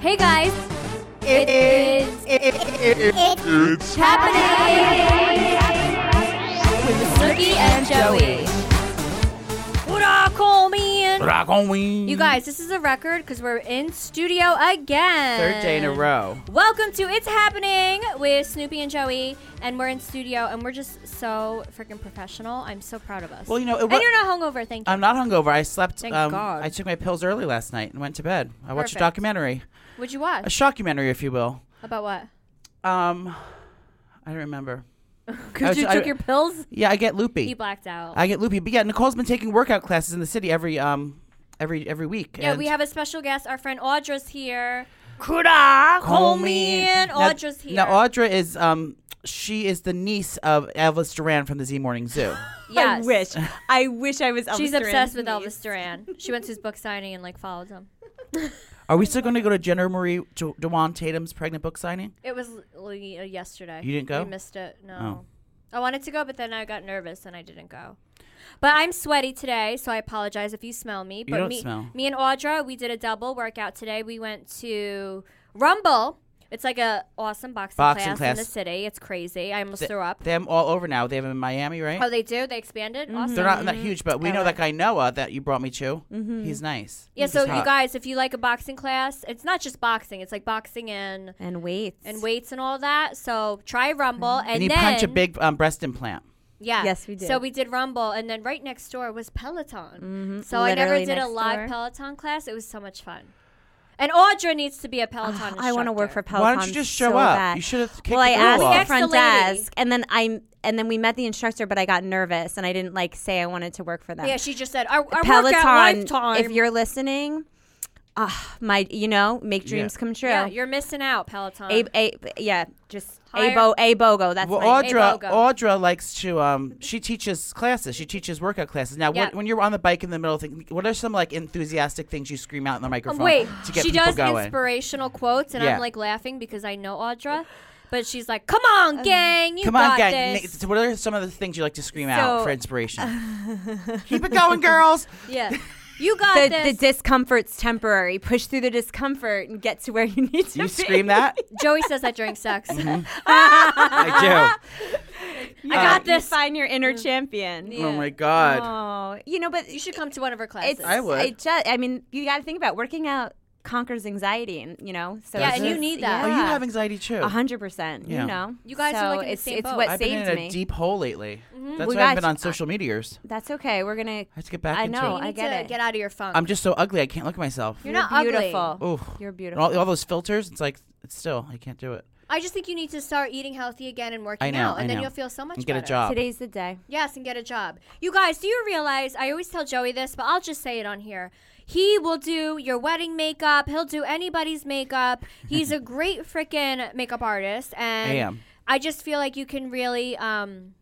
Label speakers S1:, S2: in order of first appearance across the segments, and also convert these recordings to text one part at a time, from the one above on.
S1: Hey guys, it is
S2: It's
S1: happening with Snooki and Joey. What up, Coleman?
S2: Rock on wing.
S1: You guys, this is a record because we're in studio again.
S3: Third day in a row.
S1: Welcome to It's Happening with Snoopy and Joey, and we're in studio, and we're just so freaking professional. I'm so proud of us.
S3: Well, you know, it
S1: and
S3: wa-
S1: you're not hungover, thank you.
S3: I'm not hungover. I slept.
S1: Thank
S3: um,
S1: God.
S3: I took my pills early last night and went to bed. I watched
S1: Perfect.
S3: a documentary,
S1: What'd you
S3: a
S1: watch?
S3: shockumentary, if you will.
S1: About what?
S3: Um, I don't remember.
S1: Because
S3: was-
S1: you
S3: I-
S1: took your pills?
S3: Yeah, I get loopy.
S1: You blacked out.
S3: I get loopy. But yeah, Nicole's been taking workout classes in the city every um every every week.
S1: Yeah,
S3: and
S1: we have a special guest. Our friend Audra's here.
S3: call
S1: Coleman.
S3: Now-
S1: Audra's here.
S3: Now Audra is um she is the niece of Elvis Duran from the Z Morning Zoo.
S1: Yes.
S4: I wish. I wish I was Elvis
S1: She's
S4: Duran's
S1: obsessed with
S4: niece.
S1: Elvis Duran. She went to his book signing and like followed him.
S3: Are we still going to go to Jenna Marie Jo- Dewan Tatum's pregnant book signing?
S1: It was l- yesterday.
S3: You didn't go? Oh.
S1: We missed it. No. I wanted to go, but then I got nervous and I didn't go. But I'm sweaty today, so I apologize if you smell me. But
S3: don't
S1: me,
S3: smell.
S1: me and Audra, we did a double workout today. We went to Rumble. It's like a awesome boxing,
S3: Boxing
S1: class, in
S3: class.
S1: the city. It's crazy. I almost
S3: Th-
S1: threw up.
S3: Them all over now. They have them in Miami, right?
S1: oh, mm-hmm. they do. They expanded. Awesome.
S3: They're not that huge, but we know
S1: LA.
S3: that guy Noah that you brought me to. He's nice.
S1: Mm-hmm. Yeah,
S3: He's
S1: so
S3: hot.
S1: you guys, if you like a boxing class, it's not just boxing. It's like boxing and
S4: and weights
S1: and weights and all that. So try Rumble, and,
S3: Mm-hmm. and you
S1: then
S3: punch a big um, breast implant.
S1: yeah.
S4: Yes, we did.
S1: So we did Rumble, and then right next door was Peloton.
S3: Mm-hmm.
S1: So I never
S4: Literally
S1: did a
S4: next
S1: live
S4: door.
S1: Peloton class. It was so much fun. And Audra needs to be a Peloton.
S4: Ugh, I want to work for
S1: instructor.
S4: Peloton.
S3: Why don't you just show
S4: so
S3: up?
S4: bad.
S3: You should have kicked
S4: Well, I
S3: the
S4: asked
S1: We
S3: rule
S4: at
S3: off.
S1: asked
S4: front
S1: the lady.
S4: desk, and then I and then we met the instructor, but I got nervous and I didn't like say I wanted to work for them.
S1: Yeah, she just said, "I, I work out
S4: Peloton,
S1: live time."
S4: if you're listening, ah, my you know, make dreams come true.
S1: yeah, you're missing out, Peloton.
S4: a, a, yeah, just
S1: Hire-
S4: a bo a bogo. That's
S3: Well,
S4: my name.
S3: Audra,
S1: Hey, Bogo.
S3: Audra likes to. Um, she teaches classes. She teaches workout classes. Now,
S1: Yeah.
S3: when, when you're on the bike in the middle of things, what are some like enthusiastic things you scream out in the microphone?
S1: Um, Wait,
S3: to get
S1: she
S3: people
S1: does
S3: going.
S1: inspirational quotes, and
S3: Yeah.
S1: I'm like laughing because I know Audra, but she's like, "Come on,
S4: Um,
S1: gang, you
S3: Come
S1: got
S3: on, gang!
S1: this."
S3: Nick, What are some of the things you like to scream out
S1: So-
S3: for inspiration? Keep it going, girls.
S1: Yeah, you got
S4: The, the
S1: this.
S4: discomfort's temporary. Push through the discomfort and get to where you need to
S3: Do you
S4: be.
S3: scream that?
S1: Joey says that during sex.
S3: Mm-hmm. I
S4: I got
S1: Uh,
S4: this. Find your inner champion.
S3: do. Oh
S1: Yeah.
S3: my god.
S4: Oh, you know, but
S1: You should come to one of her classes.
S4: it's.
S3: I would.
S4: It just, I mean, you got to think about working out conquers anxiety, and you know, so
S1: Yeah,
S4: it's
S1: and you
S4: just-
S1: need that.
S3: Oh, you
S4: yeah.
S3: have anxiety too.
S4: A hundred percent.
S3: Yeah.
S4: You know,
S1: You guys are,
S4: So
S1: like, in the
S4: it's
S1: same
S4: it's
S1: boat.
S4: what
S3: I've been
S4: saved
S3: in a
S4: me.
S3: deep hole lately. That's
S4: Well,
S3: why I've
S4: guys,
S3: been on
S4: I-
S3: social meteors.
S4: That's okay. We're gonna.
S3: I have to get back
S4: I
S3: into
S4: know,
S3: it.
S1: you
S4: I
S1: need
S4: get
S1: to
S4: it.
S1: get out of your funk.
S3: I'm just so ugly. I can't look at myself.
S1: You're
S4: You're
S1: not ugly.
S4: beautiful.
S3: Oof.
S4: You're
S3: And
S4: beautiful.
S3: Oh. all, all those filters, it's like, it's still, I can't do it.
S1: I just think you need to start eating healthy again and working
S3: I know,
S1: out,
S3: I
S1: and then
S3: know.
S1: you'll feel so much
S3: And get a
S1: better.
S3: job.
S4: Today's the day.
S1: Yes, and get a job. You guys, do you realize? I always tell Joey this, but I'll just say it on here. He will do your wedding makeup. He'll do anybody's makeup. He's a great freaking makeup artist, and
S3: I am.
S1: I just feel like you can really, um,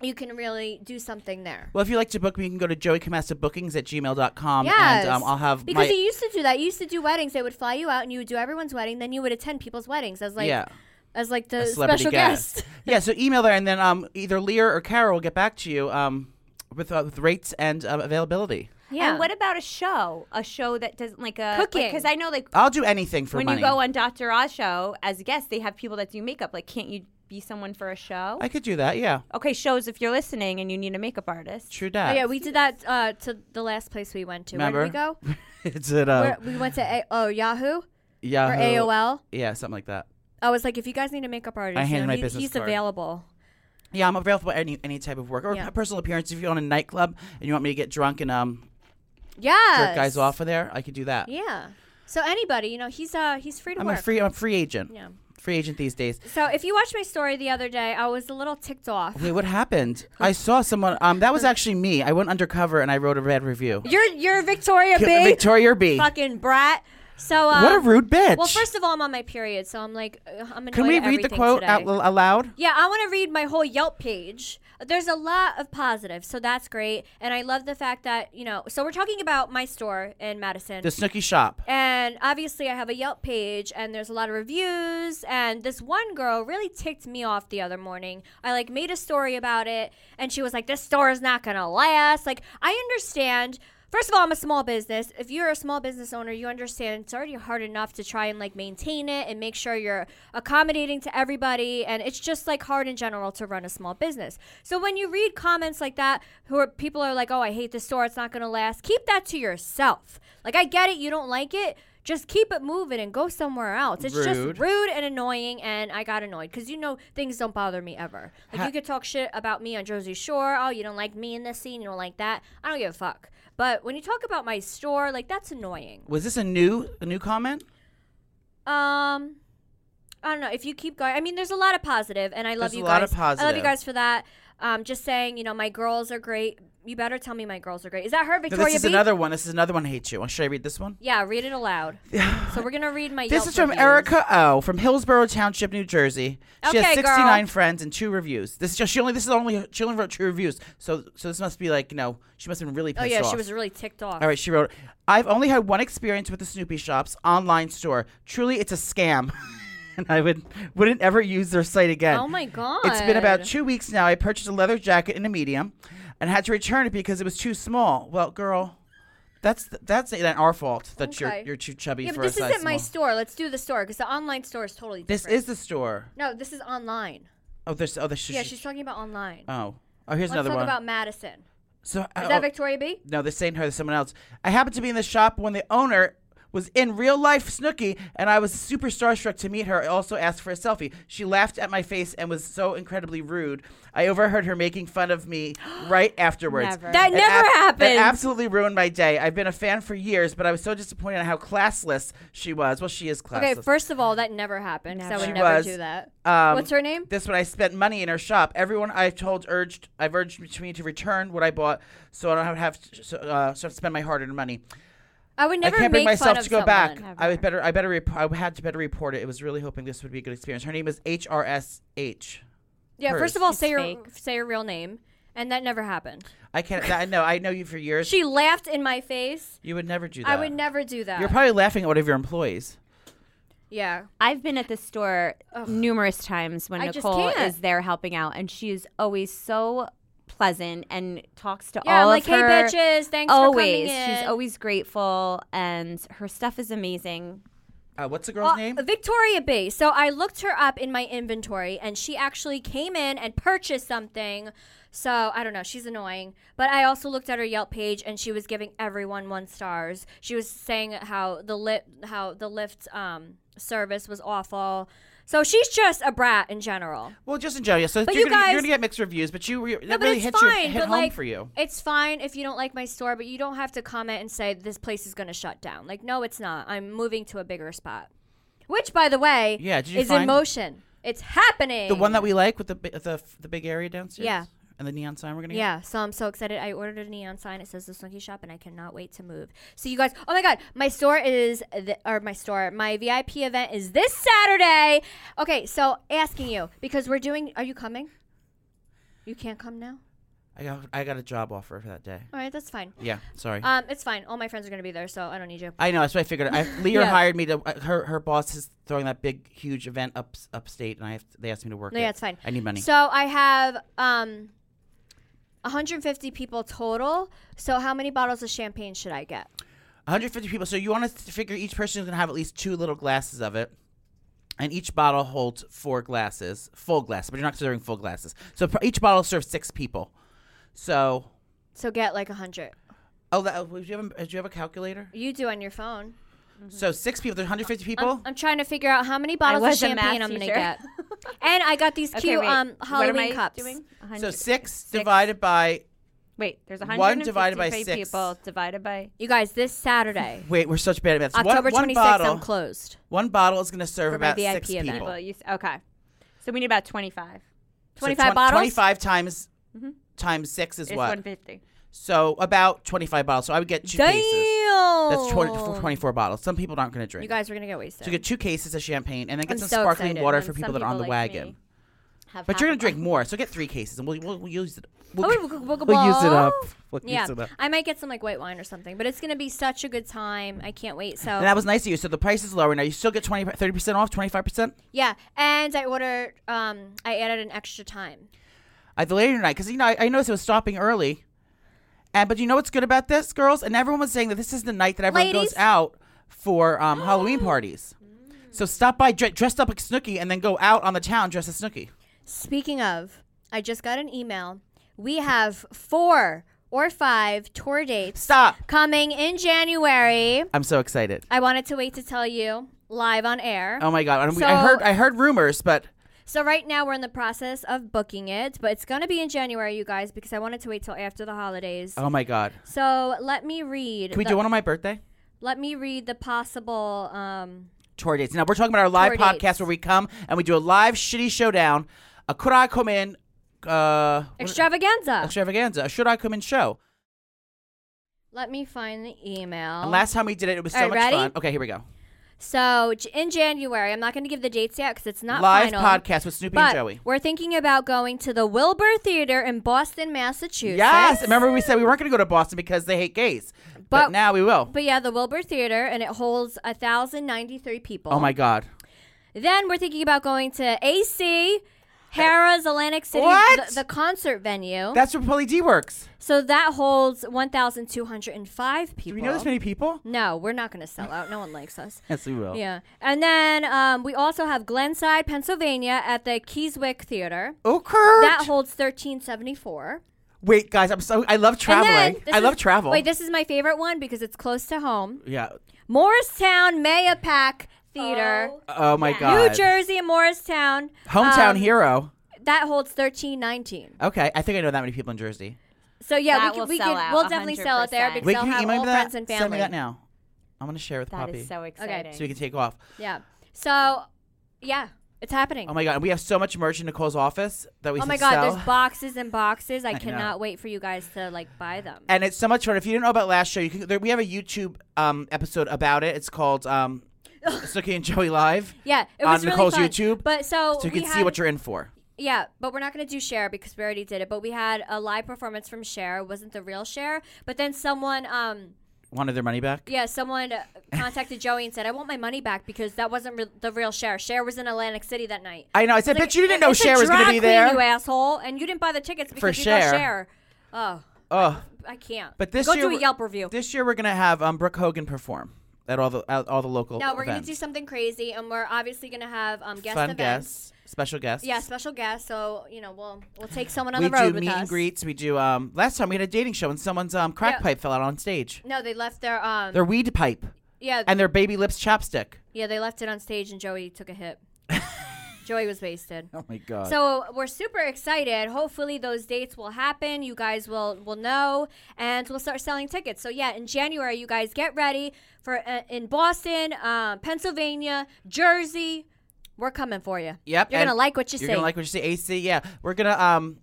S1: you can really do something there.
S3: Well, if you'd like to book me, you can go to joeycamastabookings at gmail.com.
S1: Yes.
S3: And um, I'll have
S1: Because
S3: my.
S1: he used to do that. He used to do weddings. They would fly you out, and you would do everyone's wedding. Then you would attend people's weddings as like
S3: yeah,
S1: as like
S3: a
S1: the
S3: celebrity
S1: special guest.
S3: yeah, so email there, and then um, either Lear or Carol will get back to you um, with, uh, with rates and um, availability.
S1: Yeah.
S4: And what about a show? A show that doesn't like a
S1: Cooking.
S4: Because I know like
S3: I'll do anything for
S4: when
S3: money.
S4: you go on Dr. Oz show as a guest, they have people that do makeup. Like, can't you be someone for a show?
S3: I could do that, yeah.
S4: okay, shows if you're listening and you need a makeup artist.
S3: True
S1: Oh,
S3: that.
S1: yeah, we did that uh, to the last place we went to. Where did we
S3: Remember?
S1: go?
S3: it's at uh,
S1: Where, we went to a- oh Yahoo or
S3: Yahoo.
S1: AOL.
S3: Yeah, something like that.
S1: I was like, if you guys need a makeup artist,
S3: I
S1: you
S3: handed
S1: know,
S3: my
S1: he-
S3: business
S1: he's
S3: card.
S1: available.
S3: Yeah, I'm available for any any type of work or
S1: Yeah.
S3: personal appearance. If you own a nightclub and you want me to get drunk and um
S1: Yeah.
S3: jerk guys off of there, I could do that.
S1: Yeah. So anybody, you know, he's uh he's free to
S3: I'm
S1: work.
S3: a free I'm a free agent.
S1: Yeah.
S3: Free agent these days.
S1: so if you watched my story the other day, I was a little ticked off.
S3: Wait, what happened? I saw someone. Um, that was actually me. I went undercover and I wrote a bad review.
S1: You're you're Victoria
S3: Ki-
S1: B.
S3: Victoria B.
S1: fucking brat. So uh,
S3: What a rude bitch.
S1: Well, first of all, I'm on my period, so I'm like, uh, I'm annoyed
S3: can we
S1: at
S3: read the
S1: everything
S3: quote
S1: today.
S3: out l- aloud?
S1: Yeah, I want to read my whole Yelp page. There's a lot of positives, so that's great. And I love the fact that, you know, so we're talking about my store in Madison.
S3: The Snooky Shop.
S1: and obviously, I have a Yelp page, and there's a lot of reviews. And this one girl really ticked me off the other morning. I like made a story about it, and she was like, "This store is not gonna last." Like, I understand First of all, I'm a small business. If you're a small business owner, you understand it's already hard enough to try and like maintain it and make sure you're accommodating to everybody. And it's just like hard in general to run a small business. So when you read comments like that, who are people are like, oh, I hate this store, it's not going to last, keep that to yourself. Like, I get it, you don't like it. Just keep it moving and go somewhere else. It's
S3: Rude.
S1: just rude and annoying, and I got annoyed because you know things don't bother me ever. Like
S3: Ha-
S1: you could talk shit about me on Jersey Shore. Oh, you don't like me in this scene. You don't like that. I don't give a fuck. But when you talk about my store, like that's annoying.
S3: Was this a new a new comment?
S1: Um, I don't know. If you keep going, I mean, there's a lot of positive, and I love
S3: There's
S1: you
S3: a
S1: guys.
S3: lot of
S1: I love you
S3: positive.
S1: guys for that. Um, just saying, you know, my girls are great. You better tell me my girls are great. Is that her,
S3: No,
S1: Victoria?
S3: this is
S1: B?
S3: another one. This is another one. I hate you. Should I read this one?
S1: Yeah, read it aloud. so we're gonna read my.
S3: This
S1: Yelp
S3: is from
S1: reviews.
S3: Erica O from Hillsborough Township, New Jersey. She
S1: Okay,
S3: has 69
S1: girl.
S3: friends and two reviews. This is just she only this is only she only wrote two reviews. So so this must be like you know she must have been really
S1: Oh
S3: pissed
S1: yeah,
S3: off.
S1: she was really ticked off.
S3: All right, she wrote, "I've only had one experience with the Snoopy Shop's online store. Truly, it's a scam." And I would wouldn't ever use their site again.
S1: Oh my god.
S3: It's been about two weeks now. I purchased a leather jacket in a medium, and had to return it because it was too small. Well, girl, that's that's not our fault that
S1: Okay.
S3: you're you're too chubby
S1: Yeah,
S3: for
S1: but this
S3: a size
S1: isn't my
S3: small.
S1: store. Let's do the store because the online store is totally
S3: This
S1: different.
S3: is the store.
S1: no, this is online.
S3: Oh, there's oh, there's
S1: Yeah, she's talking about online.
S3: oh. Oh, here's
S1: Let's
S3: another
S1: talk
S3: one.
S1: about Madison.
S3: so,
S1: Is
S3: oh,
S1: that Victoria B?
S3: no, this ain't her. This is someone else. I happened to be in the shop when the owner was in real life Snooky, and I was super starstruck to meet her. I also asked for a selfie. She laughed at my face and was so incredibly rude. I overheard her making fun of me right afterwards.
S4: Never.
S1: That
S3: It
S1: never
S3: ab- That
S1: happened.
S3: absolutely ruined my day. I've been a fan for years, but I was so disappointed at how classless she was. Well, she is classless.
S1: Okay, first of all, that never happened. 'cause I
S4: Never.
S1: would
S4: She
S1: never
S3: was,
S1: do that.
S3: um,
S1: What's her name?
S3: This one, I spent money in her shop. Everyone I've told urged, I've urged me to return what I bought, so I don't have to, so, uh, so I have to spend my hard-earned money.
S1: I would never
S3: I can't
S1: make
S3: bring myself
S1: fun of
S3: to go
S1: someone.
S3: back.
S4: Never.
S3: I would better, I better, rep- I had to better report it. It was really hoping this would be a good experience. Her name is HRSH.
S1: Yeah,
S3: Hers.
S1: first of all,
S4: It's
S1: say your
S4: fake.
S1: say your real name, and that never happened.
S3: I can't. that- I know. I know you for years.
S1: She laughed in my face.
S3: you would never do that.
S1: I would never do that.
S3: You're probably laughing at one of your employees.
S1: yeah.
S4: I've been at the store numerous times when
S1: I just
S4: Nicole
S1: can't.
S4: is there helping out, and she is always so pleasant and talks to
S1: Yeah, I'm
S4: all
S1: like,
S4: of
S1: hey,
S4: her.
S1: bitches, thanks
S4: always,
S1: for coming in.
S4: she's always grateful, and her stuff is amazing.
S3: Uh, what's the girl's
S1: Uh,
S3: name?
S1: Victoria B. So I looked her up in my inventory, and she actually came in and purchased something. So I don't know. She's annoying. But I also looked at her Yelp page, and she was giving everyone one stars. She was saying how the lit, how the Lyft um, service was awful. So she's just a brat in general.
S3: Well, just in general. yeah, So
S1: But
S3: you're,
S1: you
S3: gonna,
S1: guys-
S3: you're gonna get mixed reviews, but you you- that
S1: No, but
S3: really
S1: it's
S3: hit
S1: fine.
S3: you hit
S1: but
S3: home
S1: like,
S3: for you.
S1: it's fine if you don't like my store, but you don't have to comment and say this place is going to shut down. Like, no, it's not. I'm moving to a bigger spot, which, by the way,
S3: Yeah, did you
S1: is in
S3: find-
S1: motion. It's happening.
S3: The one that we like with the bi- the f- the big area downstairs.
S1: eh. Yeah.
S3: And the neon sign we're gonna. get?
S1: Yeah, so I'm so excited. I ordered a neon sign. It says the Slinky Shop, and I cannot wait to move. So you guys, oh my god, my store is the, or my store, my VIP event is this Saturday. Okay, so asking you because we're doing. Are you coming? You can't come now.
S3: I got I got a job offer for that day.
S1: All right, that's fine.
S3: Yeah, sorry.
S1: Um, it's fine. All my friends are gonna be there, so I don't need you.
S3: I know that's what I figured. I, Lear
S1: Yeah.
S3: hired me to. uh, Her her boss is throwing that big huge event up upstate, and I have to, they asked me to work.
S1: No,
S3: it.
S1: yeah, it's fine.
S3: I need money.
S1: So I have um, 150 people total. So how many bottles of champagne should I get?
S3: 150 people. So you want to figure each person is gonna have at least two little glasses of it. And each bottle holds four glasses, full glasses, but you're not serving full glasses. So pr- each bottle serves six people. So,
S1: So get like 100.
S3: oh, that, oh, do you have a, do you have a calculator?
S1: You do on your phone. Mm-hmm.
S3: So six people, there's
S1: Um,
S3: 150 people.
S1: I'm, I'm trying to figure out how many bottles of
S4: was a math
S1: champagne I'm gonna
S4: teacher.
S1: get. and I got these
S4: Okay,
S1: cute
S4: wait,
S1: um
S4: what am
S1: Halloween
S4: I
S1: cups.
S4: doing? A
S3: so
S4: hundred-
S3: six, divided by
S4: Wait, there's
S3: One
S4: 155
S3: divided by six.
S4: people divided by.
S1: You guys, this Saturday,
S3: wait, we're such bad at math. So one-
S1: October
S3: one
S1: 26th,
S3: bottle,
S1: I'm closed.
S3: One bottle is going to serve
S1: For my
S3: about
S1: VIP
S3: six
S1: event.
S3: people.
S4: Well, you, s- okay, so we need about 25.
S3: So
S1: 25
S3: twen-
S1: bottles? Mm-hmm.
S3: 25 times times six is
S4: It's
S3: what?
S4: 150.
S3: So about 25 bottles. So I would get two cases.
S1: Damn.
S3: That's 20, 24 bottles. Some people aren't going to drink.
S1: You guys are gonna get wasted.
S3: so you get two cases of champagne and then get
S1: I'm
S3: some
S1: so
S3: sparkling
S1: excited.
S3: water
S4: And
S3: for
S4: some
S3: people that are on
S4: people
S3: the
S4: like
S3: wagon.
S4: me Have
S3: But
S4: half
S3: you're
S4: a
S3: going to drink
S4: bottle.
S3: more. So get three cases and we'll, we'll, we'll use it.
S1: Oh,
S3: We'll,
S1: we- we- we-
S3: we'll use it up. We'll
S1: yeah,
S3: use it up.
S1: I might get some like white wine or something, but it's gonna be such a good time. I can't wait. So
S3: And that was nice of you. So the price is lower now. You still get 20, 30% off, 25%?
S1: Yeah, and I ordered. Um, I added an extra time.
S3: I delayed tonight because you know I, I noticed it was stopping early, And but you know what's good about this, girls? And everyone was saying that this is the night that everyone
S1: Ladies.
S3: goes out for um, Halloween parties. So stop by dre- dressed up like Snooki and then go out on the town dressed as Snooki.
S1: Speaking of, I just got an email. We have four or five tour dates
S3: Stop.
S1: coming in January.
S3: I'm so excited.
S1: I wanted to wait to tell you live on air.
S3: Oh my god. And we- I heard
S1: So-
S3: I heard rumors, but
S1: So right now we're in the process of booking it, but it's going to be in January, you guys, because I wanted to wait till after the holidays.
S3: oh my god.
S1: So let me read.
S3: Can we
S1: the-
S3: do one on my birthday?
S1: Let me read the possible. Um,
S3: tour dates. Now we're talking about our live
S1: Tour
S3: podcast
S1: dates.
S3: where we come and we do a live shitty showdown, a could I come in uh what-
S1: extravaganza.
S3: extravaganza, a should I come in show.
S1: Let me find the email.
S3: And last time we did it, it was so
S1: All right,
S3: much
S1: ready?
S3: fun. Okay, here we go.
S1: so j- in January, I'm not going to give the dates yet because it's not
S3: live
S1: final.
S3: podcast with Snoopy
S1: But
S3: and Joey.
S1: we're thinking about going to the Wilbur Theater in Boston, Massachusetts.
S3: Yes, remember we said we weren't going to go to Boston because they hate gays, but,
S1: But-
S3: now we will.
S1: But yeah, the Wilbur Theater, and it holds 1,093 people.
S3: oh my god!
S1: Then we're thinking about going to AC, Harrah's Atlantic City,
S3: What?
S1: The, the concert venue.
S3: That's where Polly D works.
S1: so that holds 1,205 people.
S3: Do we know this many people?
S1: No, we're not going to sell out. No one likes us.
S3: Yes, we will.
S1: Yeah. And then um, we also have Glenside, Pennsylvania at the Keyswick Theater.
S3: Oh,
S1: That
S3: Kurt.
S1: holds 1374.
S3: Wait, guys, I'm so I love
S1: And then-
S3: traveling.
S1: this
S3: I love
S1: is-
S3: travel.
S1: Wait, this is my favorite one because it's close to home.
S3: yeah.
S1: Morristown Mayapack Theater.
S3: Oh my
S1: New
S3: god.
S1: Jersey and Morristown.
S3: Hometown
S1: um,
S3: hero.
S1: That holds 1319.
S3: Okay, I think I know that many people in Jersey.
S1: So yeah,
S4: That
S1: we
S4: will
S1: could, we
S4: sell
S1: could,
S4: out
S1: we'll definitely sell it there
S4: 100%.
S1: because
S3: Wait,
S1: they'll
S3: can you
S1: have
S3: email
S1: all
S3: me that?
S1: friends and family.
S3: Send me that now. I'm gonna share with
S4: That
S3: Poppy
S4: is so exciting.
S1: exciting.
S3: so we can take off.
S1: Yeah. So yeah, it's happening.
S3: Oh my god, and we have so much merch in Nicole's office that we
S1: Oh
S3: should
S1: my god,
S3: sell.
S1: there's boxes and boxes. I,
S3: know.
S1: cannot wait for you guys to like buy them.
S3: and it's so much fun. If you didn't know about last show, you can, there, we have a YouTube um, episode about it. It's called um, Snooki and Joey Live.
S1: yeah, it
S3: on
S1: was really
S3: Nicole's
S1: fun.
S3: YouTube,
S1: But so,
S3: So you
S1: we
S3: can
S1: had,
S3: see what you're in for.
S1: Yeah, but we're not going to do Cher because we already did it. But we had a live performance from Cher. It wasn't the real Cher. But then someone, um,
S3: Wanted their money back?
S1: yeah, someone uh, contacted Joey and said, I want my money back because that wasn't re- the real Cher. Cher was in Atlantic City that night.
S3: I know. I said,
S1: Like,
S3: but you didn't
S1: it-
S3: know
S1: it's a
S3: Cher was
S1: drag
S3: going to be
S1: queen,
S3: there.
S1: You asshole. And you didn't buy the tickets because you
S3: Cher.
S1: got Cher. Oh,
S3: Ugh.
S1: I can't.
S3: But this
S1: Go
S3: year
S1: do a
S3: we're-
S1: Yelp review.
S3: This year we're going to have um, Brooke Hogan perform at all the at all the local.
S1: No, we're going to
S3: events.
S1: do something crazy. And we're obviously going to have um, guest
S3: fun
S1: events.
S3: guests, special guests.
S1: Yeah, special guest. So you know, we'll we'll take someone on
S3: we
S1: the road
S3: do
S1: with
S3: meet
S1: us.
S3: and greets. We do. Um, last time we had a dating show and someone's um crack
S1: Yeah.
S3: pipe fell out on stage.
S1: No, they left their um.
S3: Their weed pipe
S1: yeah,
S3: and their baby lips chapstick.
S1: yeah, they left it on stage, and Joey took a hit. Joey was wasted.
S3: Oh my god.
S1: So we're super excited. Hopefully those dates will happen. You guys will will know, and we'll start selling tickets. So yeah, in January, you guys get ready for uh, in Boston, uh, Pennsylvania, Jersey. We're coming for you.
S3: Yep,
S1: You're gonna
S3: and
S1: like what you
S3: you're
S1: see.
S3: gonna like what you see. AC. Yeah, we're gonna um,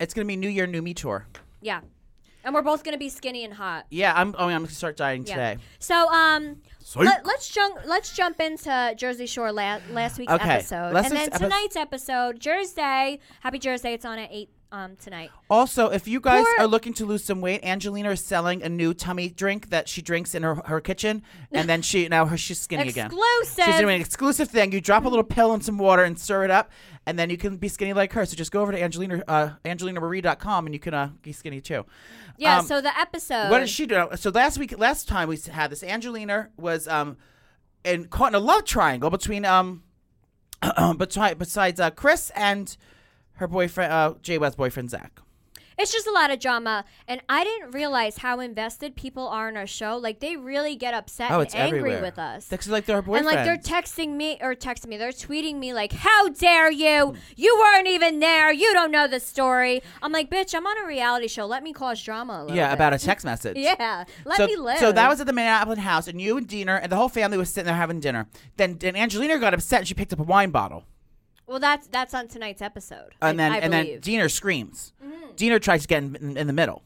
S3: it's gonna be New Year, New Me tour.
S1: yeah, and we're both gonna be skinny and hot.
S3: Yeah, I'm. Oh, I'm gonna start dieting
S1: Yeah.
S3: today.
S1: So um,
S3: Psych.
S1: let, let's jump let's jump into Jersey Shore la- last week's
S3: Okay,
S1: episode,
S3: last
S1: and
S3: week's
S1: then
S3: epi-
S1: tonight's episode, Jersey. Happy Jersey! It's on at eight um tonight.
S3: Also, if you guys
S1: Poor-
S3: are looking to lose some weight, Angelina is selling a new tummy drink that she drinks in her, her kitchen, and then she now her, she's skinny again. She's doing
S1: Exclusive.
S3: an exclusive thing. You drop a little pill in some water and stir it up, and then you can be skinny like her. So just go over to Angelina uh, AngelinaMarie.com and you can uh, be skinny too.
S1: Yeah.
S3: um,
S1: so the episode.
S3: What did she do? So last week, last time we had this, Angelina was um, in caught in a love triangle between um, betwi- besides uh, Chris and her boyfriend, uh, Jay West's boyfriend Zach.
S1: It's just a lot of drama, and I didn't realize how invested people are in our show. Like they really get upset
S3: Oh,
S1: and
S3: it's
S1: angry
S3: everywhere.
S1: with us.
S3: That's like they're her
S1: and
S3: boyfriend.
S1: like they're texting me or texting me, they're tweeting me like, "How dare you? You weren't even there. You don't know the story." I'm like, "Bitch, I'm on a reality show. Let me cause drama a little."
S3: yeah,
S1: bit."
S3: about a text message.
S1: Yeah, let
S3: so,
S1: me live.
S3: so that was at the Manhattan house, and you and Diener and the whole family was sitting there having dinner. Then, then Angelina got upset and she picked up a wine bottle.
S1: well. That's that's on tonight's episode.
S3: And
S1: I-
S3: then
S1: I
S3: and
S1: believe.
S3: then Diener screams. Diener tries to get in, in, in the middle,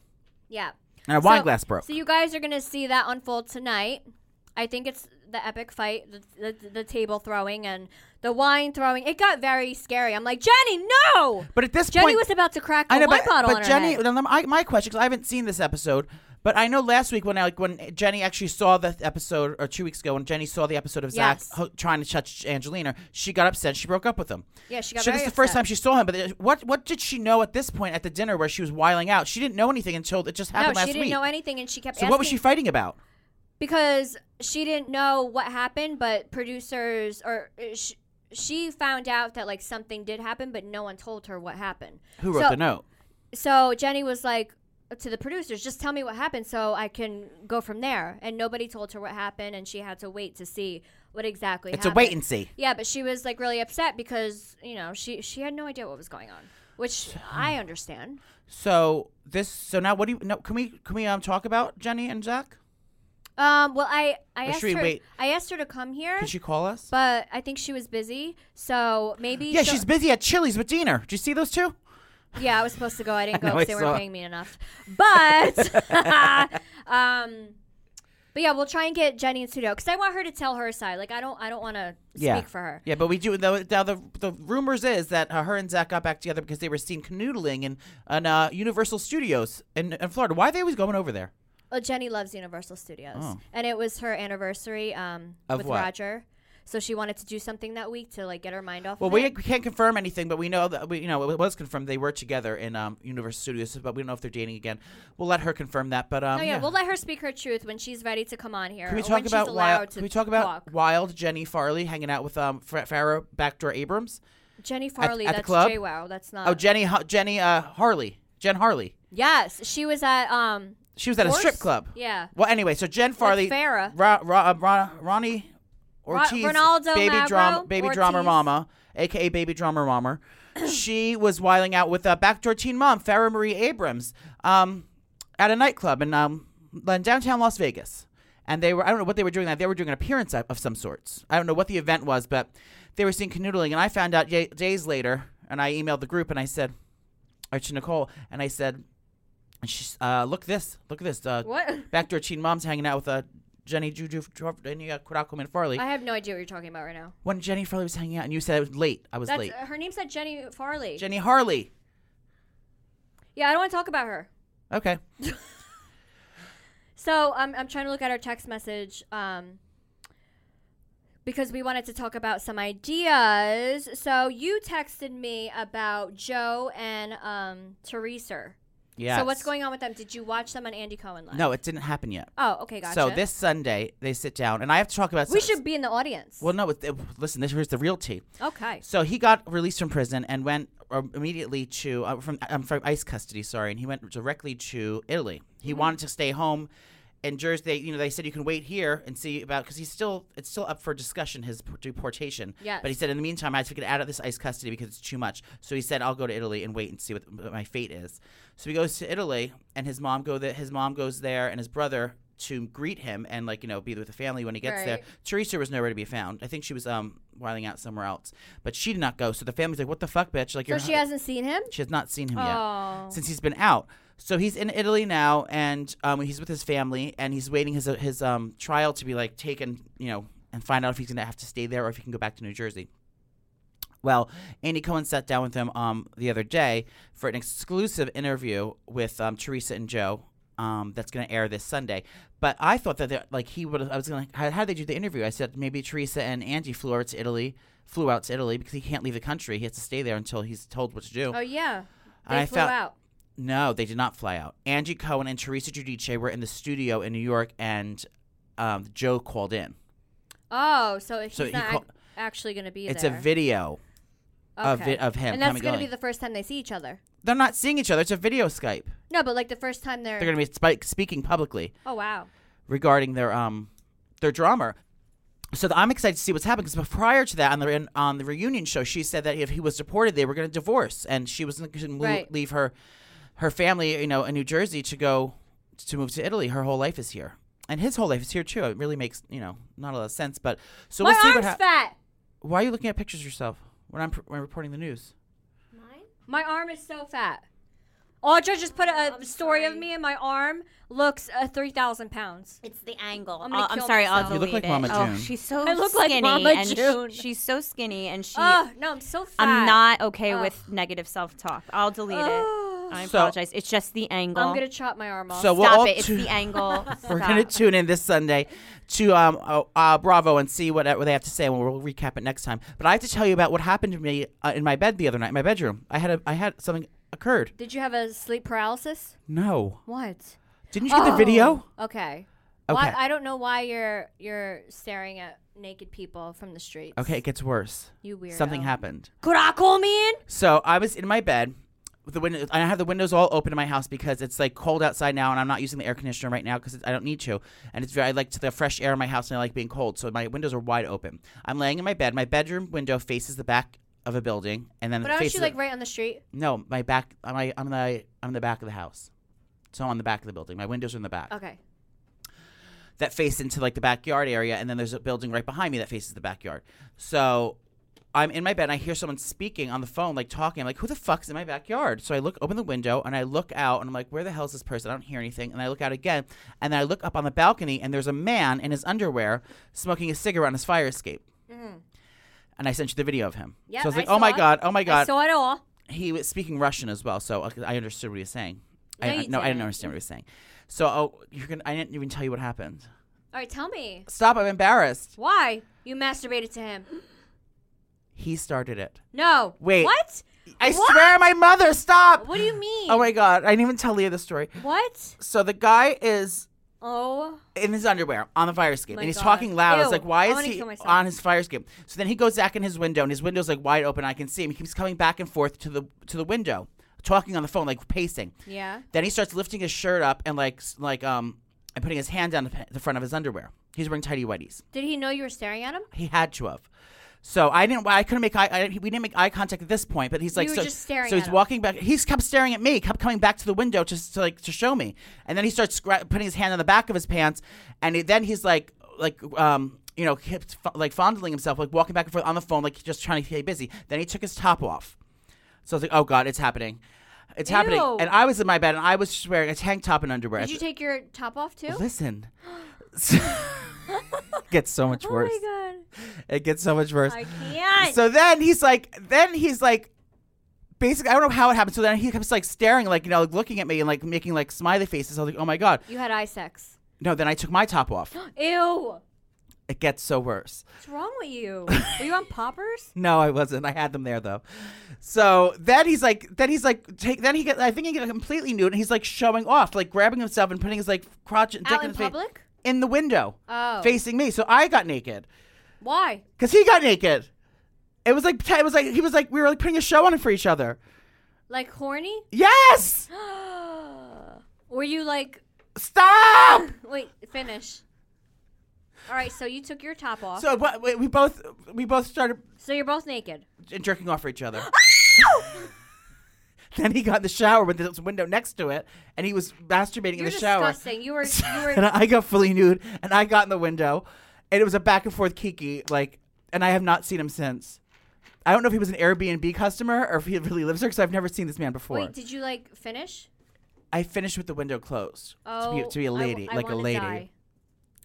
S1: yeah,
S3: and her wine
S1: So-
S3: glass broke.
S1: So you guys are gonna see that unfold tonight. I think it's the epic fight, the, the, the table throwing and the wine throwing. It got very scary. I'm like, Jenny, no!
S3: but at this
S1: Jenny
S3: point,
S1: was about to crack the
S3: I know,
S1: wine
S3: but,
S1: bottle
S3: but
S1: Oh, on her
S3: Jenny,
S1: head.
S3: then I- my question because I haven't seen this episode, But I know last week when I, like when Jenny actually saw the episode, or two weeks ago when Jenny saw the episode of Zach
S1: Yes.
S3: ho- trying to touch Angelina, she got upset. She broke up with him.
S1: Yeah, she got
S3: So this
S1: very
S3: is the first
S1: upset.
S3: time she saw him. But it- what what did she know at this point at the dinner where she was wiling out? She didn't know anything until it just
S1: No, she
S3: happened last
S1: didn't
S3: week.
S1: know anything, and she kept.
S3: so what was she
S1: asking-
S3: fighting about?
S1: because she didn't know what happened, but producers or uh, sh- she found out that like something did happen, but no one told her what happened.
S3: Who wrote
S1: So-
S3: the note?
S1: So Jenny was like uh, to the producers, "Just tell me what happened, so I can go from there." And nobody told her what happened, and she had to wait to see what exactly.
S3: It's a
S1: happened.
S3: wait and see.
S1: Yeah, but she was like really upset because you know she she had no idea what was going on, which I understand.
S3: So this. So now what do you? No, can we can we um talk about Jenny and Zach?
S1: Um, well, I I
S3: Or
S1: asked
S3: should we
S1: her.
S3: wait?
S1: I asked her to come here.
S3: Can she call us?
S1: but I think she was busy. So maybe
S3: yeah,
S1: she'll-
S3: she's busy at Chili's with Diener. Did you see those two?
S1: yeah. I was supposed to go. I didn't
S3: I
S1: go
S3: know,
S1: because they
S3: I
S1: weren't
S3: saw.
S1: paying me enough. But um, but yeah, we'll try and get Jenny in studio because I want her to tell her side. Like I don't I don't want to speak for her.
S3: Yeah, but we do. Though now the the rumors is that uh, her and Zach got back together because they were seen canoodling in in uh, Universal Studios in, in Florida. Why are they always going over there?
S1: Well, Jenny loves Universal Studios,
S3: Oh.
S1: and it was her anniversary um
S3: Of
S1: with
S3: what?
S1: Roger. So she wanted to do something that week to like get her mind off.
S3: Well,
S1: of
S3: we
S1: it.
S3: can't confirm anything, but we know that we you know it was confirmed they were together in um, Universal Studios, but we don't know if they're dating again. We'll let her confirm that. But um,
S1: No, Oh, yeah, we'll let her speak her truth when she's ready to come on here.
S3: Can we
S1: or
S3: talk
S1: when she's
S3: about
S1: allowed
S3: wild?
S1: to
S3: Can we talk about
S1: talk.
S3: wild Jenny Farley hanging out with um Fra- Farrah Backdoor Abrams?
S1: Jenny Farley?
S3: at the
S1: that's
S3: club?
S1: Jay Wow. That's not.
S3: Oh, Jenny Ha- Jenny uh, Harley, Jen Harley.
S1: Yes, she was at um.
S3: She was at a strip
S1: Horse?
S3: club.
S1: Yeah.
S3: Well, anyway, so Jen Farley,
S1: Farrah.
S3: Ra- Ra- uh, Ra- Ronnie Ortiz,
S1: Ronaldo
S3: baby
S1: Magro
S3: drama, baby drama
S1: Ortiz.
S3: mama, aka baby drama mama. she was whiling out with a backdoor teen mom, Farrah Marie Abrams, um, at a nightclub in um, in downtown Las Vegas. And they were, I don't know what they were doing. That they were doing an appearance of, of some sorts. I don't know what the event was, but they were seen canoodling. And I found out y- days later, and I emailed the group and I said, or to Nicole, and I said, and she's, uh, look this, look at this. Uh,
S1: What?
S3: backdoor teen mom's hanging out with uh, Jenny Juju Jenny uh, Kurakuman Farley.
S1: I have no idea what you're talking about right now.
S3: when Jenny Farley was hanging out, and you said it was late. I was
S1: That's
S3: late.
S1: uh, her name said Jenny Farley.
S3: Jenny Harley.
S1: yeah, I don't want to talk about her.
S3: Okay.
S1: So I'm I'm trying to look at our text message um because we wanted to talk about some ideas. So you texted me about Joe and um Teresa.
S3: Yeah.
S1: So what's going on with them? Did you watch them on Andy Cohen live?
S3: No, it didn't happen yet.
S1: Oh, okay, gotcha.
S3: So this Sunday they sit down, and I have to talk about.
S1: we should be in the audience.
S3: Well, no. It, it, listen, this here's the real tea.
S1: okay.
S3: So he got released from prison and went uh, immediately to uh, from um, from ICE custody. Sorry, and he went directly to Italy. He
S1: Mm-hmm.
S3: wanted to stay home. In Jersey, they, you know, they said you can wait here and see about because he's still it's still up for discussion his p- deportation.
S1: Yes.
S3: But he said in the meantime I have to get out of this ICE custody because it's too much. So he said I'll go to Italy and wait and see what, what my fate is. So he goes to Italy and his mom go that his mom goes there and his brother to greet him and like you know be with the family when he gets there.
S1: Right.
S3: Teresa was nowhere to be found. I think she was um whiling out somewhere else, but she did not go. So the family's like, "What the fuck, bitch!" Like,
S1: So
S3: you're
S1: she hasn't seen him?
S3: she has not seen him
S1: Oh.
S3: yet since he's been out. So he's in Italy now, and um, he's with his family, and he's waiting his his um trial to be like taken, you know, and find out if he's gonna have to stay there or if he can go back to New Jersey. Well, Andy Cohen sat down with him um, the other day for an exclusive interview with um, Teresa and Joe. Um, that's going to air this Sunday. But I thought that they're- like he would. I was going to. How, how did they do the interview? I said maybe Teresa and Andy flew out to Italy. Flew out to Italy because he can't leave the country. He has to stay there until he's told what to do.
S1: Oh yeah. They
S3: I
S1: flew
S3: felt-
S1: out.
S3: No, they did not fly out. Angie Cohen and Teresa Giudice were in the studio in New York, and um, Joe called in.
S1: Oh, so he's
S3: So he
S1: not ac-
S3: call-
S1: actually going to be
S3: It's a
S1: there.
S3: video of
S1: Okay.
S3: it- of him
S1: And that's
S3: coming
S1: gonna be
S3: going.
S1: the first time they see each other.
S3: They're not seeing each other. It's a video Skype.
S1: No, but like the first time they're.
S3: They're going to be spi- speaking publicly
S1: oh wow.
S3: regarding their um their drama. So th- I'm excited to see what's happening because prior to that, on the in, on the reunion show, she said that if he was deported, they were going to divorce, and she was going to
S1: Right.
S3: leave her her family, you know, in New Jersey to go to move to Italy. Her whole life is here, and his whole life is here too. It really makes you know not a lot of sense, but so
S1: My
S3: we'll see what
S1: arm's
S3: happens.
S1: fat.
S3: Why are you looking at pictures of yourself when I'm pr- when I'm reporting the news?
S1: My arm is so fat. Audra just put a, a story of me and my arm looks uh, three thousand pounds.
S4: It's the angle.
S1: I'm gonna
S4: Oh, I'm
S1: kill
S4: sorry.
S1: myself.
S4: I'll
S1: You
S3: look like
S4: delete
S3: Mama
S4: it. Oh,
S3: June.
S4: she's so
S1: I look like
S4: skinny
S1: Mama
S4: and she-
S1: June.
S4: she's so skinny and she.
S1: oh no, I'm so fat.
S4: I'm not okay
S1: Ugh.
S4: with negative self talk. I'll delete it.
S1: Ugh.
S4: I
S3: So-
S4: apologize. It's just the angle.
S1: I'm gonna chop my arm off.
S3: So we'll
S4: Stop
S3: all
S4: it. It's
S3: tu-
S4: the angle.
S3: We're
S4: Stop.
S3: gonna tune in this Sunday to um, uh, uh, Bravo and see what, what they have to say, and we'll recap it next time. But I have to tell you about what happened to me uh, in my bed the other night, in my bedroom. I had a, I had something occurred.
S1: Did you have a sleep paralysis?
S3: No,
S1: What?
S3: didn't you get the video?
S1: Okay.
S3: Okay.
S1: Why, I don't know why you're you're staring at naked people from the streets.
S3: Okay, it gets worse.
S1: You Oh. weirdo.
S3: Something happened.
S1: Could I call me in?
S3: So I was in my bed. with The window, I have the windows all open in my house because it's like cold outside now, and I'm not using the air conditioner right now because I don't need to. And it's very, I like to the fresh air in my house, and I like being cold, so my windows are wide open. I'm laying in my bed. My bedroom window faces the back of a building, and then
S1: But
S3: it
S1: aren't
S3: faces
S1: you
S3: the-
S1: like right on the street?
S3: no, my back. I'm I, I'm the I'm the back of the house, so I'm on the back of the building. My windows are in the back
S1: Okay.
S3: that face into like the backyard area, and then there's a building right behind me that faces the backyard. So I'm in my bed and I hear someone speaking on the phone, like talking. I'm like, who the fuck's in my backyard? So I look open the window and I look out and I'm like, where the hell is this person? I don't hear anything. And I look out again and then I look up on the balcony and there's a man in his underwear smoking a cigarette on his fire escape. And I sent you the video of him.
S1: Yeah,
S3: so I was
S1: Mm-hmm. I
S3: like, oh my
S1: saw it.
S3: God, oh my
S1: I
S3: God.
S1: saw it all.
S3: he was speaking Russian as well, so I- I understood what he was saying.
S1: No,
S3: I,
S1: you
S3: no, I didn't
S1: didn't.
S3: understand what he was saying. So oh, you're gonna, I didn't even tell you what happened.
S1: All right, tell me
S3: Stop, I'm embarrassed.
S1: why you masturbated to him.
S3: He started it.
S1: No.
S3: Wait.
S1: What?
S3: I
S1: What?
S3: swear, my mother, stop!
S1: What do you mean?
S3: Oh my god, I didn't even tell Leah the story.
S1: What?
S3: So the guy is
S1: Oh.
S3: in his underwear on the fire escape,
S1: My
S3: and he's
S1: God.
S3: talking loud. It's
S1: Ew,
S3: like, why
S1: I
S3: is
S1: wanna
S3: he
S1: kill myself.
S3: on his fire escape? So then he goes back in his window, and his window's like wide open. I can see him. He keeps coming back and forth to the to the window, talking on the phone, like pacing.
S1: Yeah.
S3: Then he starts lifting his shirt up and like s- like um and putting his hand down the p- the front of his underwear. He's wearing tidy whities.
S1: Did he know you were staring at him?
S3: He had to have. So I didn't. I couldn't make. Eye, I, we didn't make eye contact at this point. But he's like,
S1: You were
S3: so,
S1: just staring
S3: so he's
S1: at him.
S3: walking back. He's kept staring at me. Kept coming back to the window just to like to show me. And then he starts scra- putting his hand on the back of his pants. And he, then he's like, like um, you know, kept fo- like fondling himself, like walking back and forth on the phone, like just trying to stay busy. Then he took his top off. So I was like, oh god, it's happening. It's happening.
S1: Ew.
S3: And I was in my bed, and I was just wearing a tank top and underwear.
S1: Did you take your top off too?
S3: Listen, it gets so much
S1: Oh
S3: worse.
S1: my
S3: It gets so much worse.
S1: god. I can't.
S3: So then he's like, then he's like, basically, I don't know how it happened. So then he keeps like staring, like, you know, like looking at me and like making like smiley faces. I was like, oh my God.
S1: you had eye sex.
S3: No, then I took my top off.
S1: Ew.
S3: It gets so worse.
S1: What's wrong with you? Were you on poppers?
S3: No, I wasn't. I had them there though. So then he's like, then he's like, take, then he gets, I think he got completely nude and he's like showing off, like grabbing himself and putting his like crotch and dick
S1: Out
S3: in
S1: in
S3: his face-
S1: public?
S3: in the window
S1: Oh.
S3: facing me. So I got naked.
S1: Why?
S3: Cause he got naked. It was like, it was like, he was like, we were like putting a show on for each other.
S1: Like horny?
S3: Yes!
S1: Were you like
S3: Stop!
S1: wait, finish. All right, so you took your top off. So,
S3: So what, we we both we both started
S1: you're both naked.
S3: jerking off for each other.
S1: Oh!
S3: then he got in the shower with this window next to it, and he was masturbating in
S1: You're
S3: the shower.
S1: disgusting. You were you
S3: and
S1: were
S3: I got fully nude, and I got in the window, and it was a back and forth kiki like, and I have not seen him since. I don't know if he was an Airbnb customer or if he really lives there because I've never seen this man before.
S1: Wait, did you like finish?
S3: I finished with the window closed
S1: Oh,
S3: to, be, to be a
S1: I w-
S3: lady,
S1: I
S3: like a
S1: wanna
S3: lady.
S1: die.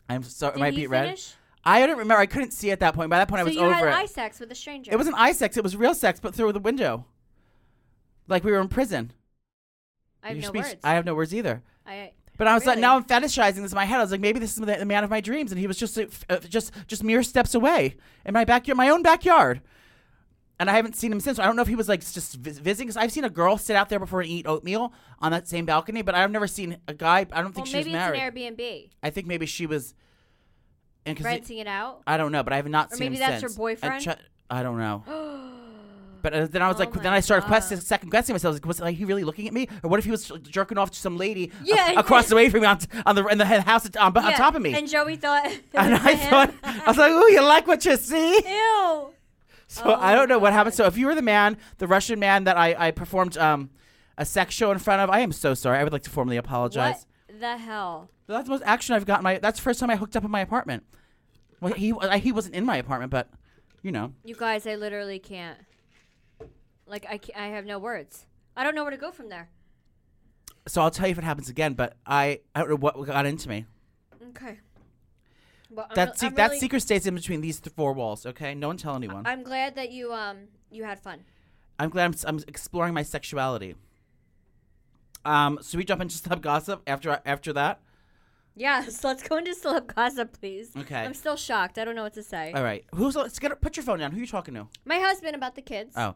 S3: I'm sorry,
S1: Did
S3: my
S1: he
S3: beat red.
S1: finish?
S3: I don't remember. I couldn't see at that point. By that point, I
S1: So
S3: was
S1: you
S3: over
S1: had
S3: it.
S1: eye sex with a stranger.
S3: It wasn't eye sex. It was real sex, but through the window. Like we were in prison.
S1: I have
S3: Your
S1: no
S3: speech-
S1: words.
S3: I have no words either.
S1: I-
S3: But I was like,
S1: Really?
S3: now I'm fetishizing this in my head. I was like, maybe this is the, the man of my dreams, and he was just uh, f- uh, just just mere steps away in my backyard, my own backyard. And I haven't seen him since. I don't know if he was like just vis- visiting. Cause I've seen a girl sit out there before and eat oatmeal on that same balcony, but I've never seen a guy. I don't
S1: well,
S3: think she was
S1: maybe it's an
S3: married.
S1: Airbnb.
S3: I think maybe she was. And 'cause it-
S1: Renting it out.
S3: I don't know, but I have not
S1: Or
S3: seen
S1: maybe
S3: him
S1: that's her
S3: since. A
S1: boyfriend?
S3: chi- I don't know. But uh, then I was
S1: Oh
S3: like, then
S1: my
S3: I started quest-
S1: God.
S3: second guessing myself. Like, was like, he really looking at me, or what if he was like, jerking off to some lady a-
S1: Yeah, and-
S3: across the way from me on, t- on the in the house on, on
S1: Yeah,
S3: top of me?
S1: And Joey thought. it
S3: And
S1: was
S3: I
S1: him.
S3: thought, I was like, "Ooh, you like what you see?"
S1: Ew.
S3: So
S1: Oh
S3: I don't
S1: my
S3: know what
S1: God.
S3: happened. So if you were the man, the Russian man that I, I performed um, a sex show in front of, I am so sorry. I would like to formally apologize.
S1: What the hell?
S3: But That's the most action I've gotten. My that's the first time I hooked up in my apartment. Well, he I, he wasn't in my apartment, but you know.
S1: You guys, I literally can't. Like, I, ca- I have no words. I don't know where to go from there.
S3: So I'll tell you if it happens again. But I I don't know what got into me.
S1: Okay. Well, I'm
S3: That
S1: re-
S3: se-
S1: I'm
S3: that
S1: really-
S3: secret stays in between these th- four walls. Okay, no one tell anyone. I,
S1: I'm glad that you um you had fun.
S3: am glad I'm, s- I'm exploring my sexuality. Um, should we jump into sub gossip after after that?
S1: Yes, let's go into celeb gossip, please.
S3: Okay. Oh.
S1: I'm still shocked. I don't know what to say.
S3: All right. Who's let's get put your phone down. Who are you talking to?
S1: My husband about the kids.
S3: Oh.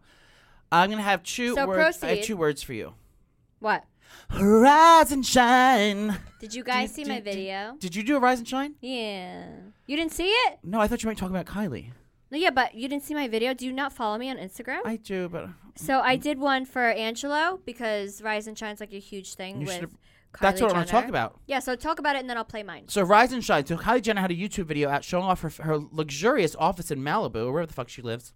S3: I'm gonna have two
S1: So
S3: words. I have
S1: proceed.
S3: two words for you.
S1: What?
S3: Rise and shine.
S1: Did you guys
S3: Do-
S1: see
S3: do-
S1: my
S3: do-
S1: video?
S3: Did you do a rise and shine?
S1: Yeah. You didn't see it?
S3: No, I thought you might talk about Kylie.
S1: No, yeah, but you didn't see my video. Do you not follow me on Instagram?
S3: I do, but
S1: so I did one for Angelo because Rise and Shine's like a huge thing
S3: You
S1: with
S3: should've-
S1: Kylie
S3: that's what I want to
S1: Jenner.
S3: talk about.
S1: Yeah, so talk about it and then I'll play mine.
S3: So rise and shine. So Kylie Jenner had a YouTube video out showing off her, her luxurious office in Malibu, or wherever the fuck she lives.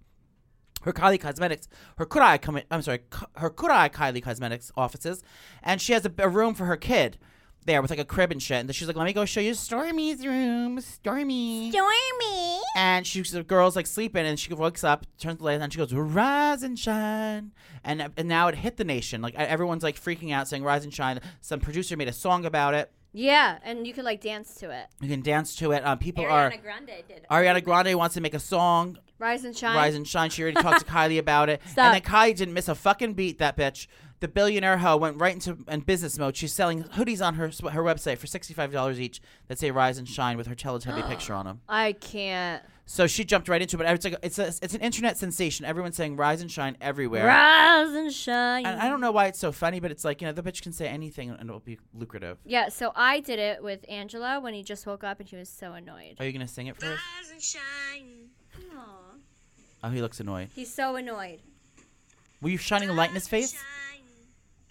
S3: Her Kylie Cosmetics, her Kurai, Com- I'm sorry, K- her Kurai Kylie Cosmetics offices, and she has a, a room for her kid there with like a crib and shit. And she's like, "Let me go show you Stormy's room, Stormy."
S1: Stormy.
S3: and she the girl's like sleeping and she wakes up turns the light on and she goes rise and shine and and now it hit the nation like e, everyone's like freaking out saying rise and shine some producer made a song about it
S1: Yeah, and you could like dance to it.
S3: you can dance to it um, people
S4: Ariana Grande did.
S3: are Ariana Grande wants to make a song
S1: Rise and Shine.
S3: Rise and Shine. She already talked to Kylie about it.
S1: Stop.
S3: And then Kylie didn't miss a fucking beat, that bitch. The billionaire hoe went right into in business mode. She's selling hoodies on her her website for $65 each that say Rise and Shine with her Teletubby picture on them.
S1: I can't.
S3: So she jumped right into it. But it's like it's a, it's an internet sensation. Everyone's saying rise and shine everywhere.
S1: Rise and Shine.
S3: And I don't know why it's so funny, but it's like you know the bitch can say anything and it'll be lucrative.
S1: Yeah, so I did it with Angela when he just woke up and he was so annoyed.
S3: Are you gonna sing it for us? Oh, he looks annoyed.
S1: He's so annoyed.
S3: Were you shining a light in his face?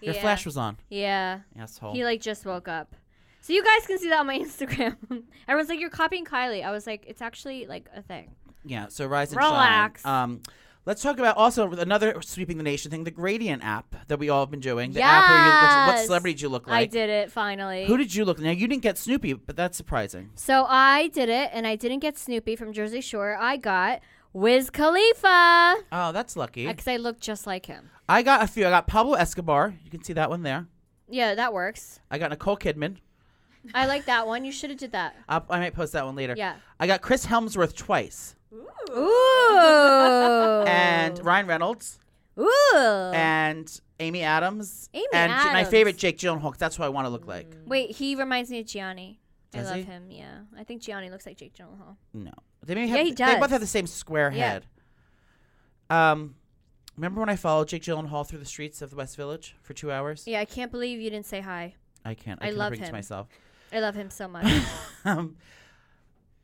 S3: Your
S1: yeah.
S3: flash was Oh. on,
S1: Yeah.
S3: asshole.
S1: He like just woke up. So you guys can see that on my Instagram. Everyone's like, "You're copying Kylie." I was like, "It's actually like a thing."
S3: yeah. So rise and
S1: Relax.
S3: shine. Um, let's talk about also another sweeping the nation thing, the Gradient app that we all have been doing. The app where you look, what
S1: Yes.
S3: celebrity did you look
S1: I
S3: like?
S1: did it finally.
S3: Who did you look? Now you didn't get Snoopy, but that's surprising.
S1: so I did it, and I didn't get Snoopy from Jersey Shore. I got Wiz Khalifa
S3: Oh, that's lucky.
S1: because I look just like him.
S3: I got a few. I got Pablo Escobar. You can see that one there.
S1: Yeah, that works.
S3: I got Nicole Kidman.
S1: I like that one. You should have did that.
S3: I'll, I might post that one later.
S1: Yeah.
S3: I got Chris Helmsworth twice,
S1: Ooh.
S3: and Ryan Reynolds,
S1: ooh.
S3: and Amy Adams,
S1: Oh. Amy
S3: and J- my
S1: Adams. Mm.
S3: favorite Jake Gyllenhaal. 'cause That's who I want to look like.
S1: Wait, he reminds me of Gianni.
S3: Does
S1: I love
S3: he?
S1: him. Yeah, I think Gianni looks like Jake Gyllenhaal.
S3: No, they may
S1: Yeah,
S3: have.
S1: he
S3: They both
S1: does.
S3: have the same square
S1: Yeah.
S3: head. Um, remember when I followed Jake Gyllenhaal through the streets of the West Village for two hours?
S1: Yeah, I can't believe you didn't say hi.
S3: I can't.
S1: I
S3: I, can't
S1: love
S3: bring it to
S1: him.
S3: myself.
S1: I love him so much.
S3: um,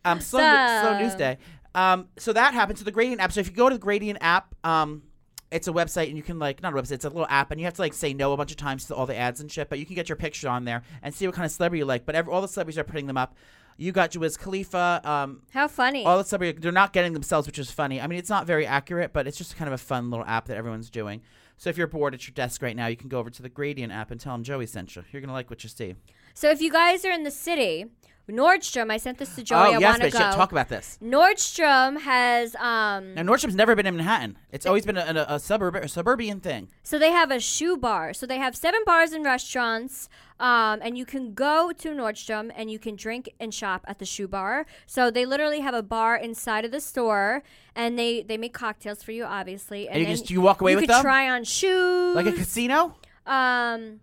S3: um, slow, New- slow
S1: So-
S3: news day. Um, so that happened. So the gradient app. So if you go to the gradient app, um, it's a website and you can like not a website. It's a little app and you have to like say no a bunch of times to all the ads and shit. But you can get your picture on there and see what kind of celebrity you like. But every, all the celebrities are putting them up. You got Wiz Khalifa. Um,
S1: How funny.
S3: all the celebrities they're not getting themselves, which is funny. I mean, it's not very accurate, but it's just kind of a fun little app that everyone's doing. So if you're bored at your desk right now, you can go over to the gradient app and tell them Joey sent you. You're gonna like what you see.
S1: So if you guys are in the city, Nordstrom, I sent this to Joey.
S3: oh
S1: I
S3: yes,
S1: want to
S3: bitch,
S1: go.
S3: yeah, talk about this.
S1: Nordstrom has um
S3: Now Nordstrom's never been in Manhattan. It's always been a, a, a suburb a suburban thing.
S1: so they have a shoe bar. So they have seven bars and restaurants um and you can go to Nordstrom and you can drink and shop at the shoe bar. So they literally have a bar inside of the store and they they make cocktails for you obviously and,
S3: you
S1: then
S3: just- you walk away
S1: you
S3: with
S1: could
S3: them?
S1: try on shoes.
S3: Like a casino?
S1: um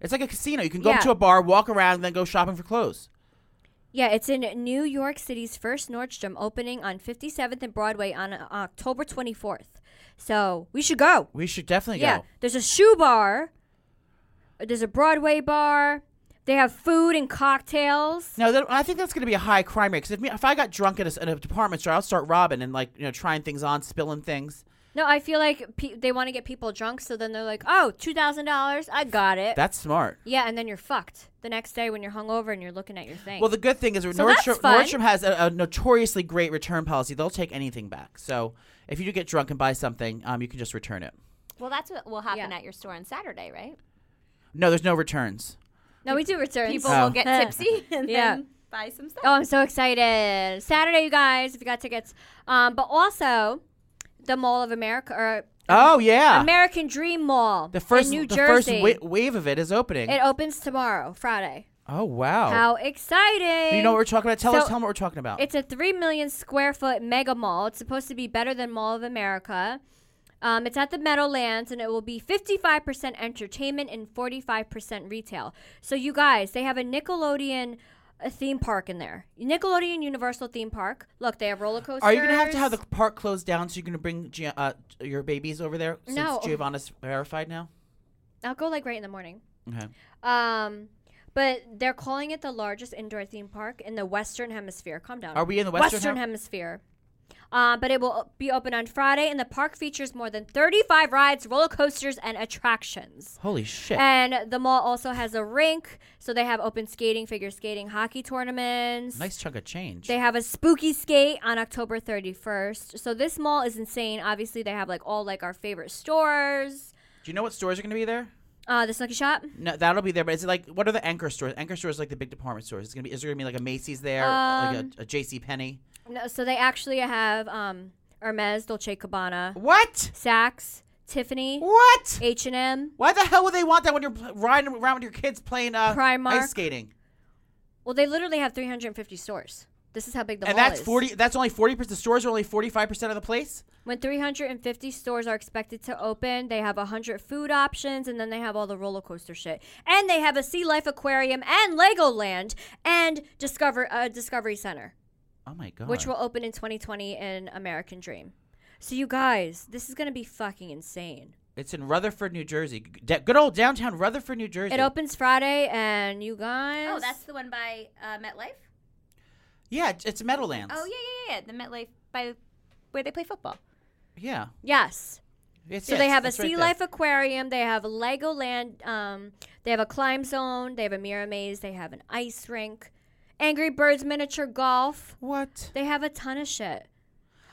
S3: It's like a casino. You can go
S1: Yeah.
S3: up to a bar, walk around, and then go shopping for clothes.
S1: Yeah, it's in New York City's first Nordstrom opening on 57th and Broadway on uh, October 24th. So we should go.
S3: We should definitely
S1: Yeah,
S3: go.
S1: there's a shoe bar, there's a Broadway bar, they have food and cocktails.
S3: No, that, I think that's going to be a high crime rate. Because if, me- if I got drunk at a, s- at a department store, I'll start robbing and like you know trying things on, spilling things.
S1: No, I feel like pe- they want to get people drunk, so then they're like, oh, $2,000, I got it.
S3: That's smart.
S1: yeah, and then you're fucked the next day when you're hungover and you're looking at your thing.
S3: Well, the good thing is
S1: that's
S3: Nordstrom,
S1: fun.
S3: Nordstrom has a, a notoriously great return policy. They'll take anything back. So if you do get drunk and buy something, um, you can just return it.
S4: Well, that's what will happen
S1: Yeah.
S4: at your store on Saturday, right?
S3: No, there's no returns.
S1: no, we do returns.
S4: People
S3: Oh.
S4: will get tipsy and
S1: Yeah.
S4: then buy some stuff.
S1: Oh, I'm so excited. Saturday, you guys, if you got tickets. Um, but also, the Mall of America, or
S3: Oh yeah,
S1: American Dream Mall.
S3: The first,
S1: in New
S3: the first
S1: Jersey.
S3: wa- wave of it is opening.
S1: it opens tomorrow, Friday.
S3: oh wow!
S1: How exciting!
S3: you know what we're talking about? Tell us,
S1: So-
S3: tell them what we're talking about.
S1: it's a three million square foot mega mall. It's supposed to be better than Mall of America. Um, it's at the Meadowlands, and it will be 55% entertainment and 45% retail. So, you guys, they have a Nickelodeon uh, theme park in there. Nickelodeon Universal theme park. Look, they have roller coasters.
S3: Are you gonna have to have the park closed down so you're gonna bring Gia- uh, your babies over there since
S1: No.
S3: Giovanna's verified now?
S1: I'll go like right in the morning.
S3: Okay.
S1: Um, but they're calling it the largest indoor theme park in the Western Hemisphere. Calm down.
S3: Are we in the Western Hem-
S1: Hemisphere? Uh, but it will be open on Friday, and the park features more than 35 rides, roller coasters, and attractions.
S3: Holy shit!
S1: And the mall also has a rink, so they have open skating, figure skating, hockey tournaments.
S3: nice chunk of change.
S1: They have a spooky skate on October 31st. So this mall is insane. Obviously, they have like all like our favorite stores.
S3: Do you know what stores are gonna be there?
S1: Uh, the Snooki Shop.
S3: No, that'll be there. But is it like what are the anchor stores? Anchor stores are like the big department stores. It's gonna be is there gonna be like a Macy's there,
S1: Um,
S3: like a, a J C Penney?
S1: No, so they actually have um Hermes, Dolce Cabana,
S3: What?
S1: Saks, Tiffany,
S3: What?
S1: H and M.
S3: Why the hell would they want that when you're pl- riding around with your kids playing uh,
S1: Primark.
S3: ice skating?
S1: Well, they literally have 350 stores. This is how big the
S3: and
S1: mall
S3: that's
S1: is.
S3: forty. That's only forty percent. The stores are only forty five percent of the place.
S1: When 350 stores are expected to open, they have 100 food options, and then they have all the roller coaster shit. And they have a Sea Life Aquarium and Legoland and Discover uh, Discovery Center,
S3: Oh my god.
S1: which will open in 2020 in American Dream. So you guys, this is gonna be fucking insane.
S3: It's in Rutherford, New Jersey. G- da- good old downtown Rutherford, New Jersey.
S1: It opens Friday, and you guys.
S4: Oh, that's the one by uh, MetLife.
S3: yeah, it's- it's Meadowlands.
S4: Oh yeah, yeah, yeah. The MetLife by where they play football.
S3: yeah.
S1: yes.
S3: It's
S1: So
S3: it.
S1: they have a
S3: That's right
S1: Sea
S3: there.
S1: Life Aquarium. They have a Legoland. Um, they have a climb zone. They have a mirror maze. They have an ice rink. Angry Birds miniature golf.
S3: What?
S1: They have a ton of shit.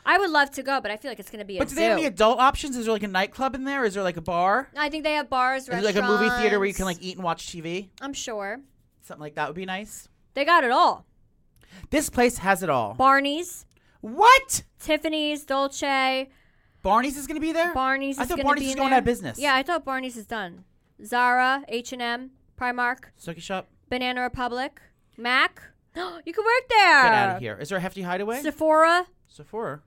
S1: I would love to go, but I feel like it's gonna be.
S3: But
S1: a
S3: do they have
S1: zoo.
S3: any adult options? Is there like a nightclub in there? Is there like a bar?
S1: I think they have bars,
S3: Is there
S1: restaurants.
S3: like a movie theater where you can like eat and watch TV?
S1: I'm sure
S3: Something like that would be nice.
S1: they got it all.
S3: This place has it all.
S1: Barney's,
S3: what?
S1: Tiffany's, Dolce.
S3: Barney's is going to be there?
S1: Barney's.
S3: I
S1: is
S3: thought
S1: gonna
S3: Barney's
S1: be
S3: was
S1: in
S3: going
S1: there.
S3: out of business.
S1: Yeah, I thought Barney's is done. Zara, H and M, Primark,
S3: Snooki Shop?
S1: Banana Republic, Mac. you can work there.
S3: Get out of here. Is there a hefty hideaway?
S1: Sephora.
S3: Sephora.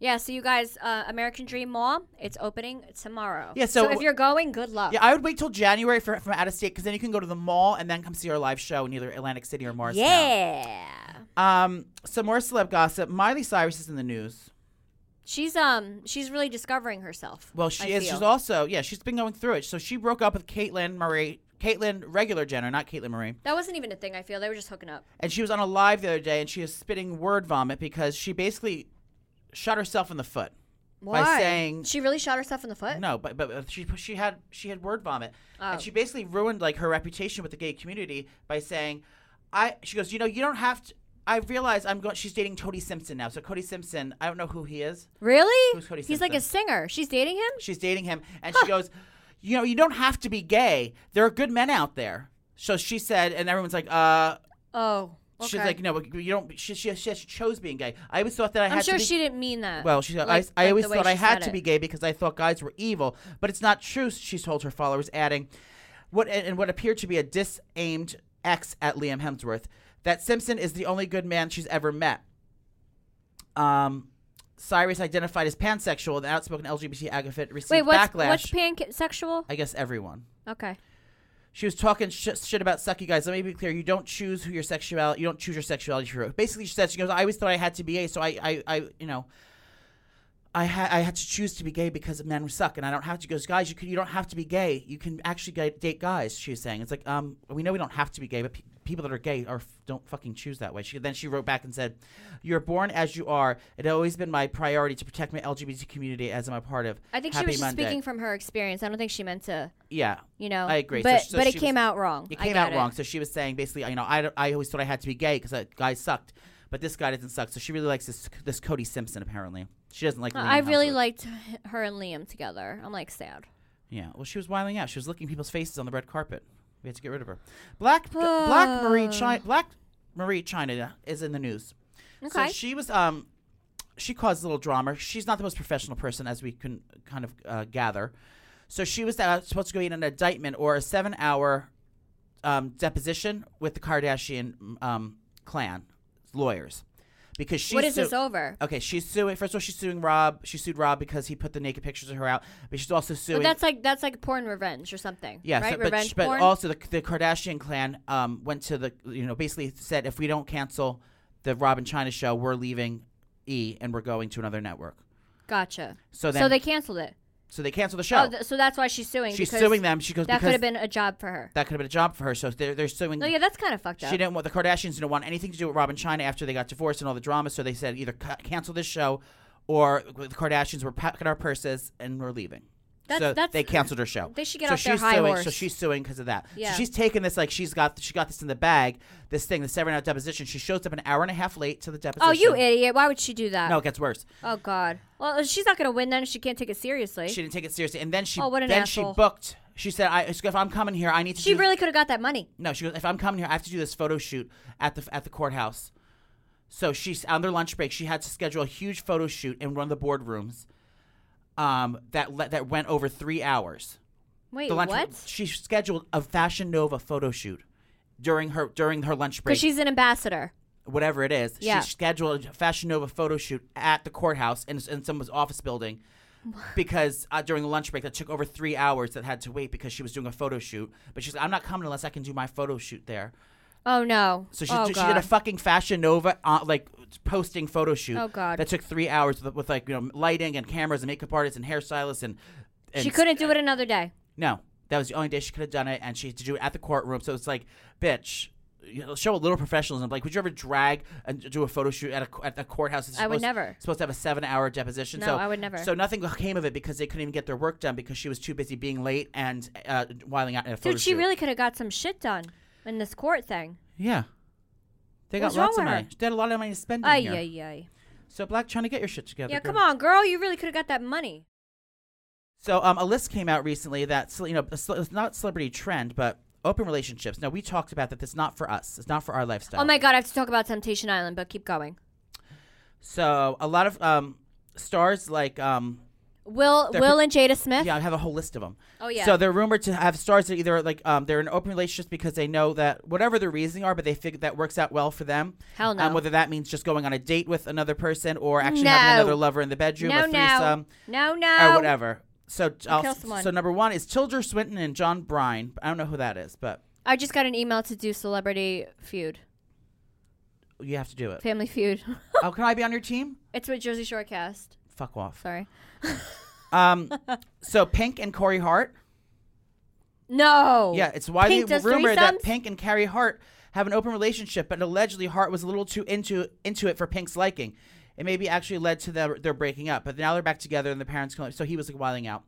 S1: Yeah, so you guys, uh, American Dream Mall, it's opening tomorrow.
S3: Yeah, so-
S1: if you're going, good luck.
S3: Yeah, I would wait till January for, from out of state because then you can go to the mall and then come see our live show in either Atlantic City or Mars.
S1: Yeah.
S3: Um, some more celeb gossip. Miley Cyrus is in the news.
S1: She's um she's really discovering herself.
S3: Well, she
S1: I
S3: is. She's
S1: feel.
S3: also yeah. She's been going through it. So she broke up with Caitlyn Murray. Caitlyn regular Jenner, not Caitlyn Murray.
S1: That wasn't even a thing. I feel they were just hooking up.
S3: And she was on a live the other day, and she was spitting word vomit because she basically shot herself in the foot.
S1: Why?
S3: saying-
S1: she really shot herself in the foot.
S3: No, but but she she had she had word vomit,
S1: Oh.
S3: and she basically ruined like her reputation with the gay community by saying, "I." She goes, "You know, you don't have to." I realize I'm going. She's dating Cody Simpson now. So Cody Simpson, I don't know who he is.
S1: Really?
S3: Who's Cody
S1: He's like a singer. She's dating him.
S3: She's dating him, and she goes, "You know, you don't have to be gay. There are good men out there." So she said, and everyone's like, "Uh."
S1: Oh, okay.
S3: She's like, no, you don't. She, she, she chose being gay. I always thought that I
S1: I'm
S3: had
S1: sure
S3: to be
S1: she didn't mean that.
S3: Well, she said,
S1: Like-
S3: I, I
S1: like
S3: always
S1: the way
S3: thought I
S1: she
S3: had
S1: said
S3: to
S1: it.
S3: be gay because I thought guys were evil, but it's not true. She told her followers, adding, "What and and what appeared to be a dis-aimed X at Liam Hemsworth. That Simpson is the only good man she's ever met." Um, Cyrus identified as pansexual. The outspoken LGBT advocate received
S1: Wait, what's
S3: backlash.
S1: what's pansexual?
S3: I guess everyone.
S1: Okay.
S3: She was talking sh- shit about sucky guys. Let me be clear. You don't choose who your sexuality. You don't choose your sexuality for. Basically, she said she goes. I always thought I had to be gay, so I, I, I you know, I had I had to choose to be gay because men suck, and I don't have to. She Goes, guys, you can, you don't have to be gay. You can actually g- date guys. She was saying it's like um we know we don't have to be gay, but pe- people that are gay are f- don't fucking choose that way. She then she wrote back and said, "You're born as you are. It had always been my priority to protect my LGBT community as I'm a part of."
S1: I think she
S3: Happy
S1: was just
S3: Monday.
S1: speaking from her experience. I don't think she meant to,
S3: Yeah,
S1: you know.
S3: I agree. So
S1: But
S3: she- so
S1: but it
S3: she was-
S1: came out wrong.
S3: it
S1: I
S3: came
S1: got
S3: out wrong. So she was saying basically, you know, I, I always thought I had to be gay because guys sucked, but this guy doesn't suck. So she really likes this this Cody Simpson apparently. She doesn't like.
S1: Uh,
S3: Liam
S1: I really
S3: Hemsworth.
S1: liked h- her and Liam together. I'm like sad.
S3: Yeah. Well, she was wiling out. She was licking people's faces on the red carpet. We had to get rid of her. Black Black Marie China Black Marie China is in the news.
S1: Okay.
S3: So she was um she caused a little drama. She's not the most professional person as we can kind of uh, gather. So she was uh, supposed to go in an indictment or a 7-hour um, deposition with the Kardashian um, clan lawyers. because she.
S1: What is
S3: su-
S1: this over?
S3: Okay, she's suing. First of all, she's suing Rob. She sued Rob because he put the naked pictures of her out. But she's also suing.
S1: But that's like that's like porn revenge or something.
S3: yeah, so-
S1: right.
S3: but,
S1: revenge
S3: sh- but
S1: porn.
S3: also the, the Kardashian clan um, went to the you know basically said if we don't cancel the Rob and China show, we're leaving E and we're going to another network.
S1: gotcha.
S3: So then,
S1: so they canceled it.
S3: so they canceled the show.
S1: Oh, th- so that's why she's suing.
S3: she's
S1: because
S3: suing them. She goes
S1: That could
S3: because
S1: have been a job for her.
S3: that could have been a job for her. So they're they're suing.
S1: No, yeah, that's kind of fucked up.
S3: She didn't want the Kardashians didn't want anything to do with Rob and China after they got divorced and all the drama. So they said either ca- cancel this show, or the Kardashians were packing our purses and we're leaving.
S1: That's-
S3: so
S1: that's-
S3: they canceled her show.
S1: they should get
S3: so
S1: off their
S3: she's
S1: high
S3: suing, So
S1: horse.
S3: she's suing because of that.
S1: Yeah.
S3: So she's taking this like she's got she got this in the bag. This thing, the seven hour deposition. She shows up an hour and a half late to the deposition.
S1: oh, you idiot! Why would she do that?
S3: No, it gets worse.
S1: Oh God. Well, she's not gonna win then. if She can't take it seriously.
S3: She
S1: She,
S3: didn't take it seriously, and then she
S1: Oh, what an
S3: then
S1: asshole.
S3: she booked. She said, I, "If I'm coming here, I need to." do
S1: really could have got that money.
S3: No, she goes. If I'm coming here, I have to do this photo shoot at the at the courthouse. So she's on their lunch break. She had to schedule a huge photo shoot in one of the boardrooms. Um, that le- that went over three hours.
S1: Wait,
S3: The lunch.
S1: what?
S3: She scheduled a Fashion Nova photo shoot during her during her lunch break.
S1: Because she's an ambassador.
S3: whatever it is,
S1: Yeah.
S3: she scheduled a Fashion Nova photo shoot at the courthouse in, in someone's office building. Because uh, during the lunch break, that took over three hours that had to wait because she was doing a photo shoot. But she's like, I'm not coming unless I can do my photo shoot there.
S1: Oh no.
S3: So she,
S1: oh,
S3: she
S1: God.
S3: did a fucking Fashion Nova uh, like posting photo shoot.
S1: Oh, God.
S3: that took three hours with, with like you know lighting and cameras and makeup artists and hairstylists and, and
S1: she couldn't do it another day.
S3: No, that was the only day she could have done it, and she had to do it at the courtroom. So it's like, bitch, you know, show a little professionalism. Like, would you ever drag and do a photo shoot at a at a courthouse? It's
S1: I would
S3: supposed-
S1: never.
S3: Supposed to have a seven hour deposition.
S1: No,
S3: so,
S1: I would never.
S3: So nothing came of it because they couldn't even get their work done because she was too busy being late and uh, whiling out in a photo
S1: Dude, she
S3: shoot.
S1: really could have got some shit done in this court thing.
S3: yeah. They
S1: What's
S3: got
S1: wrong
S3: lots of
S1: with her?
S3: money. They had a lot of money to spend. in
S1: Ay,
S3: here.
S1: ay, ay.
S3: So Black trying to get your shit together.
S1: Yeah, come
S3: girl.
S1: on, girl. You really could have got that money.
S3: So um, a list came out recently that cel- you know it's it's not celebrity trend, but open relationships. Now we talked about that. That's not for us. It's not for our lifestyle.
S1: Oh my God, I have to talk about Temptation Island, but keep going.
S3: So a lot of um, stars like um,
S1: Will,
S3: They're
S1: Will
S3: pre-
S1: and Jada Smith.
S3: yeah, I have a whole list of them.
S1: Oh yeah.
S3: So they're rumored to have stars that either like um, they're in open relationships because they know that whatever their reasoning are, but they figure that works out well for them.
S1: Hell no.
S3: Um, whether that means just going on a date with another person or actually
S1: No.
S3: having another lover in the bedroom,
S1: no,
S3: a threesome,
S1: no, no,
S3: or
S1: no.
S3: whatever. So
S1: kill
S3: I'll,
S1: Um, someone.
S3: so number one is Tilda Swinton and John Bryan. I don't know who that is, but
S1: I just got an email to do Celebrity Feud,
S3: you have to do it.
S1: Family Feud.
S3: oh, can I be on your team?
S1: it's with Jersey Shore cast.
S3: Fuck off.
S1: Sorry.
S3: Um, so Pink and Corey Hart.
S1: No.
S3: Yeah, it's widely
S1: Pink does
S3: rumored that
S1: threesomes?
S3: Pink and Carrie Hart have an open relationship, but allegedly Hart was a little too into into it for Pink's liking. It maybe actually led to their, their breaking up, but now they're back together and the parents come. So he was like wilding out.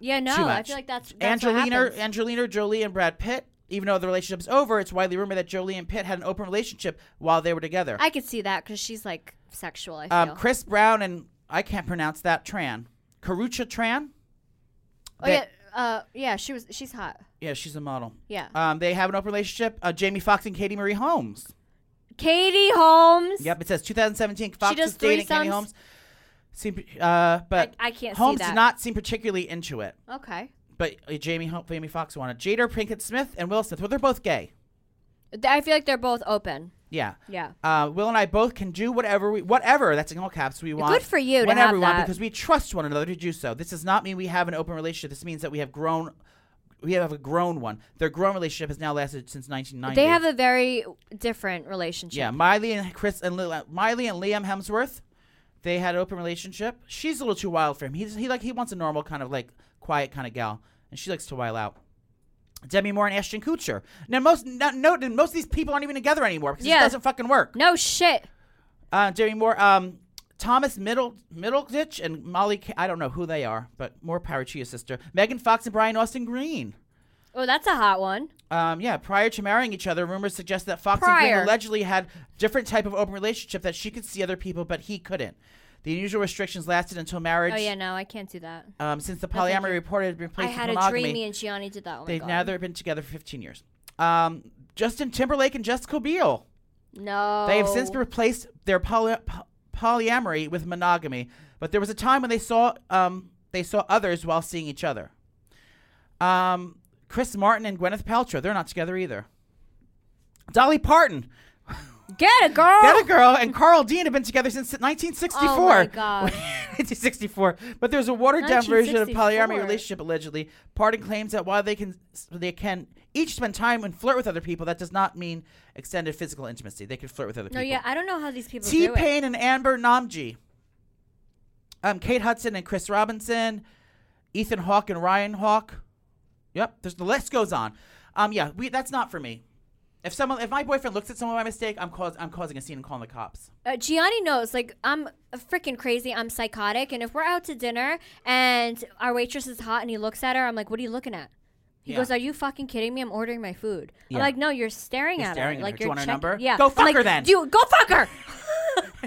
S1: Yeah, no.
S3: Too
S1: I
S3: much.
S1: feel like that's, that's what
S3: Angelina,
S1: happens.
S3: Angelina Jolie and Brad Pitt. Even though the relationship's over, it's widely rumored that Jolie and Pitt had an open relationship while they were together.
S1: I could see that because she's like sexual. I feel.
S3: um, Chris Brown and I can't pronounce that Tran, Karucha Tran.
S1: oh
S3: they-
S1: yeah, uh, yeah. She was. She's hot.
S3: Yeah, she's a model.
S1: Yeah.
S3: Um, they have an open relationship. Uh, Jamie Foxx and Katie Marie Holmes.
S1: Katie Holmes.
S3: Yep, it says 2017. Fox
S1: does
S3: was dating Katie
S1: threesomes.
S3: Holmes. Seem, uh, but
S1: I- I can't see
S3: Holmes
S1: that.
S3: did not seem particularly into it.
S1: Okay.
S3: But uh, Jamie Hol- Jamie Fox wanted Jada Pinkett Smith and Will Smith. Well, they're both gay.
S1: Th- I feel like they're both open.
S3: Yeah.
S1: Yeah.
S3: Uh, Will and I both can do whatever we whatever that's in all caps we want.
S1: for you to
S3: Whenever
S1: have
S3: we want
S1: that.
S3: because we trust one another to do so. This does not mean we have an open relationship. This means that we have grown. We have a grown one. Their grown relationship has now lasted since 1990.
S1: They have a very different relationship.
S3: Yeah, Miley and Chris and Lil- uh, Miley and Liam Hemsworth, they had an open relationship. She's a little too wild for him. He's he like he wants a normal kind of like quiet kind of gal, and she likes to wild out. Demi Moore and Ashton Kutcher. Now most no, no most of these people aren't even together anymore because
S1: Yeah.
S3: it doesn't fucking work.
S1: No shit.
S3: Uh, Demi Moore, um, Thomas Middle Middleditch and Molly, K- I don't know who they are, but more power to your sister. Megan Fox and Brian Austin Green.
S1: Oh, that's a hot one.
S3: Um, yeah, prior to marrying each other, rumors suggest that Fox and
S1: Prior.
S3: Green allegedly had different type of open relationship that she could see other people, but he couldn't. The unusual restrictions lasted until marriage.
S1: Oh yeah, no, I can't do that.
S3: um, since the
S1: thank
S3: polyamory
S1: you.
S3: reported had been
S1: I
S3: placed
S1: had
S3: with
S1: a
S3: monogamy,
S1: dream me and Gianni did that. Oh my
S3: they've
S1: God.
S3: now they've been together for 15 years. Um, Justin Timberlake and Jessica Biel.
S1: no.
S3: They have since replaced their poly- po- polyamory with monogamy, but there was a time when they saw um, they saw others while seeing each other. Um, Chris Martin and Gwyneth Paltrow, they're not together either. Dolly Parton,
S1: Get it, girl.
S3: Get a girl and Carl Dean have been together since 1964.
S1: Oh my god.
S3: 1964. But there's a watered down version of
S1: 1964.
S3: polyamory relationship allegedly. Pardon claims that while they can they can each spend time and flirt with other people, that does not mean extended physical intimacy. They can flirt with other
S1: No,
S3: people.
S1: yeah, I don't know how these people
S3: T
S1: do it.
S3: Pain and Amber Namji. Um, Kate Hudson and Chris Robinson, Ethan Hawke and Ryan Hawke. Yep, there's the list goes on. Um, yeah, we that's not for me. If someone, if my boyfriend looks at someone by mistake, I'm cause I'm causing a scene and calling the cops.
S1: Uh, Gianni knows. Like I'm freaking crazy. I'm psychotic. And if we're out to dinner and our waitress is hot and he looks at her, I'm like, "What are you looking at?" He
S3: Yeah.
S1: goes, "Are you fucking kidding me? I'm ordering my food."
S3: Yeah.
S1: I'm like, "No, you're staring
S3: You're
S1: at her.
S3: staring at
S1: Like
S3: her. Do
S1: you're
S3: you want her
S1: checking-
S3: number?
S1: Yeah.
S3: Go
S1: I'm
S3: fuck
S1: like,
S3: her then.
S1: Dude, go fuck her.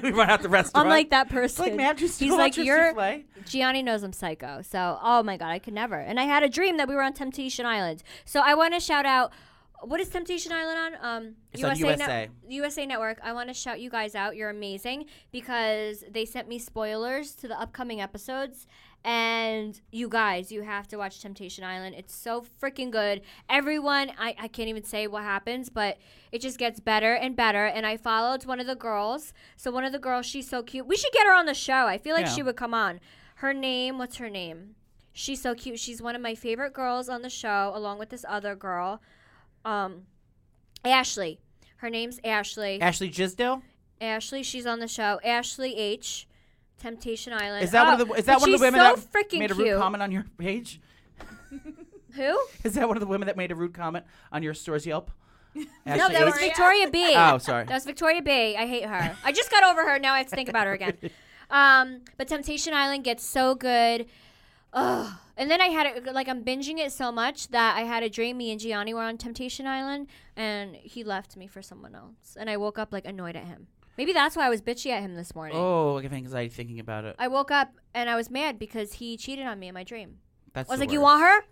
S3: we run out the restaurant.
S1: I'm like that person.
S3: It's like, ma'am, do you still
S1: He's
S3: want
S1: like,
S3: your
S1: you're.
S3: souffle?"
S1: Gianni knows I'm psycho. So, oh my God, I could never. And I had a dream that we were on Temptation Island. So I want to shout out. What is Temptation Island on? Um,
S3: It's on
S1: Net-
S3: USA.
S1: USA Network. I want to shout you guys out. You're amazing because they sent me spoilers to the upcoming episodes. And you guys, you have to watch Temptation Island. It's so freaking good. Everyone, I, I can't even say what happens, but it just gets better and better. And I followed one of the girls. So, one of the girls, she's so cute. We should get her on the show. I feel like
S3: Yeah.
S1: she would come on. Her name, what's her name? She's so cute. She's one of my favorite girls on the show, along with this other girl. Um, Ashley. Her name's Ashley.
S3: Ashley Gisdale.
S1: Ashley, she's on the show. Ashley H. Temptation Island.
S3: Is that one
S1: Oh,
S3: of the is that
S1: but
S3: one of
S1: she's
S3: the women
S1: so
S3: that
S1: freaking
S3: made a rude
S1: cute.
S3: comment on your page?
S1: Who?
S3: Is that one of the women that made a rude comment on your store's Yelp?
S1: No,
S3: Ashley
S1: that was
S3: H?
S1: Victoria B.
S3: Oh, sorry.
S1: That was Victoria B. I hate her. I just got over her. Now I have to think about her again. Um, but Temptation Island gets so good. Ugh. And then I had it like I'm binging it so much that I had a dream. Me and Gianni were on Temptation Island, and he left me for someone else, and I woke up like annoyed at him. Maybe that's why I was bitchy at him this morning.
S3: Oh, I have anxiety thinking about it.
S1: I woke up and I was mad because he cheated on me in my dream.
S3: That's
S1: I was
S3: the
S1: like, "You
S3: worst.
S1: want her?"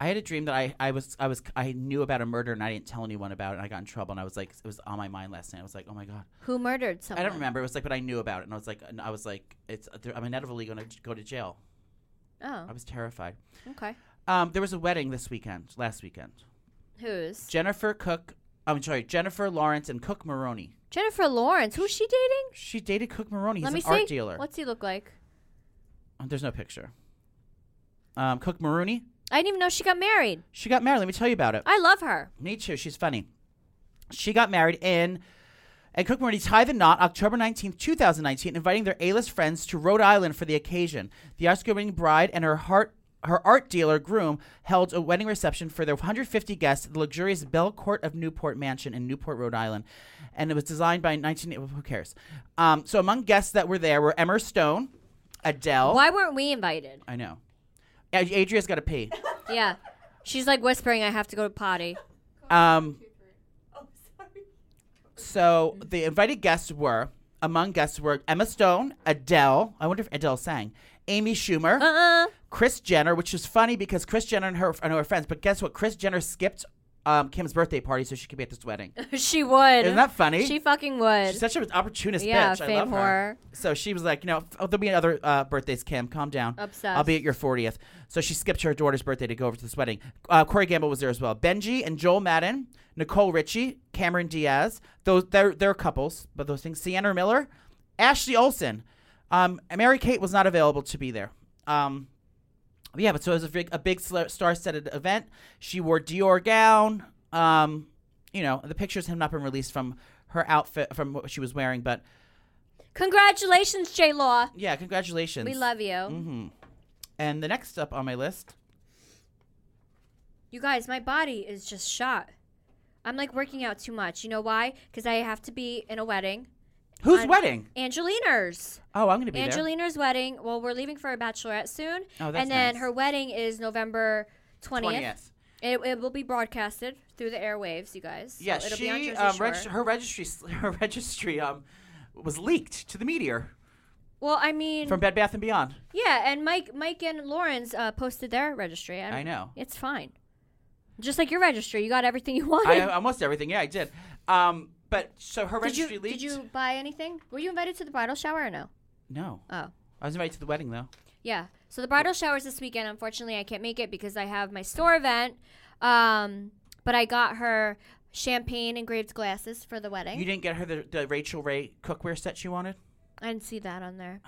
S3: I had a dream that I, I was I was I knew about a murder and I didn't tell anyone about it and I got in trouble and I was like it was on my mind last night. I was like, oh my god,
S1: Who murdered someone?
S3: I don't remember. It was like, but I knew about it and I was like, and I was like, it's I'm inevitably going to go to jail. I
S1: Oh,
S3: was terrified.
S1: okay.
S3: Um, there was a wedding this weekend, last weekend.
S1: Who's
S3: Jennifer Cook, I'm sorry, Jennifer Lawrence and Cook Maroney.
S1: Jennifer Lawrence? Who's she dating?
S3: She dated Cook Maroney. He's
S1: Let
S3: an
S1: me see.
S3: art dealer. Oh,
S1: What's he look like?
S3: There's no picture. Um, Cook Maroney.
S1: I didn't even know she got married.
S3: She got married. Let me tell you about it.
S1: I love her.
S3: Me too. She's funny. She got married in and Cook Maroney tie the knot October 19th, 2019, inviting their A-list friends to Rhode Island for the occasion. The Oscar-winning bride and her heart her art dealer groom held a wedding reception for their 150 guests at the luxurious Bell Court of Newport Mansion in Newport, Rhode Island, and it was designed by 19 who cares. Um, so among guests that were there were Emma Stone, Adele.
S1: Why weren't we invited?
S3: I know. Ad- Adria's got to pee.
S1: Yeah. She's like whispering, I have to go to potty.
S3: Um, so the invited guests were, among guests were Emma Stone, Adele. I wonder if Adele sang. Amy Schumer,
S1: Uh-uh.
S3: Chris Jenner, which is funny because Chris Jenner and her and her friends. But guess what? Chris Jenner skipped um, Kim's birthday party so she could be at this wedding.
S1: she would.
S3: Isn't that funny?
S1: She fucking would.
S3: She's such an opportunist
S1: Yeah,
S3: bitch. I
S1: fame
S3: love her.
S1: whore.
S3: So she was like, you know, "Oh, there'll be other uh, birthdays, Kim. Calm down.
S1: Obsessed.
S3: I'll be at your 40th. So she skipped her daughter's birthday to go over to this wedding. Uh, Corey Gamble was there as well. Benji and Joel Madden, Nicole Richie, Cameron Diaz. Those they're, they're couples, but those things. Sienna Miller, Ashley Olsen. Um, Mary Kate was not available to be there. Um, yeah, but so it was a big, a big star studded event. She wore Dior gown. Um, you know, the pictures have not been released from her outfit, from what she was wearing, but
S1: Congratulations, J Law.
S3: yeah, congratulations.
S1: We love you.
S3: hmm And the next up on my list,
S1: You guys, my body is just shot. I'm like working out too much. You know why? Because I have to be in a wedding.
S3: whose
S1: I'm-
S3: wedding?
S1: Angelina's.
S3: Oh, I'm gonna be there.
S1: Angelina's wedding. Well, we're leaving for a bachelorette soon.
S3: Oh, that's
S1: and then
S3: nice.
S1: her wedding is November 20th.
S3: 20th.
S1: It, it will be broadcasted through the airwaves, you guys. So
S3: Yeah,
S1: it'll be on
S3: she
S1: Jersey
S3: um, reg-
S1: Shore.
S3: her registry her registry um was leaked to the meteor
S1: Well, I mean,
S3: from Bed Bath and Beyond.
S1: yeah, and Mike, Mike and Lauren's uh, posted their registry.
S3: I know.
S1: It's fine. Just like your registry, you got everything you wanted.
S3: I almost everything. Yeah, I did. Um, but so her
S1: did
S3: registry
S1: you
S3: leaked.
S1: did you buy anything? Were you invited to the bridal shower or no?
S3: No,
S1: Oh,
S3: I was invited to the wedding though.
S1: yeah. So the bridal shower's this weekend. Unfortunately, I can't make it because I have my store event. Um, but I got her champagne engraved glasses for the wedding.
S3: You didn't get her the, the Rachel Ray cookware set she wanted.
S1: I didn't see that on there.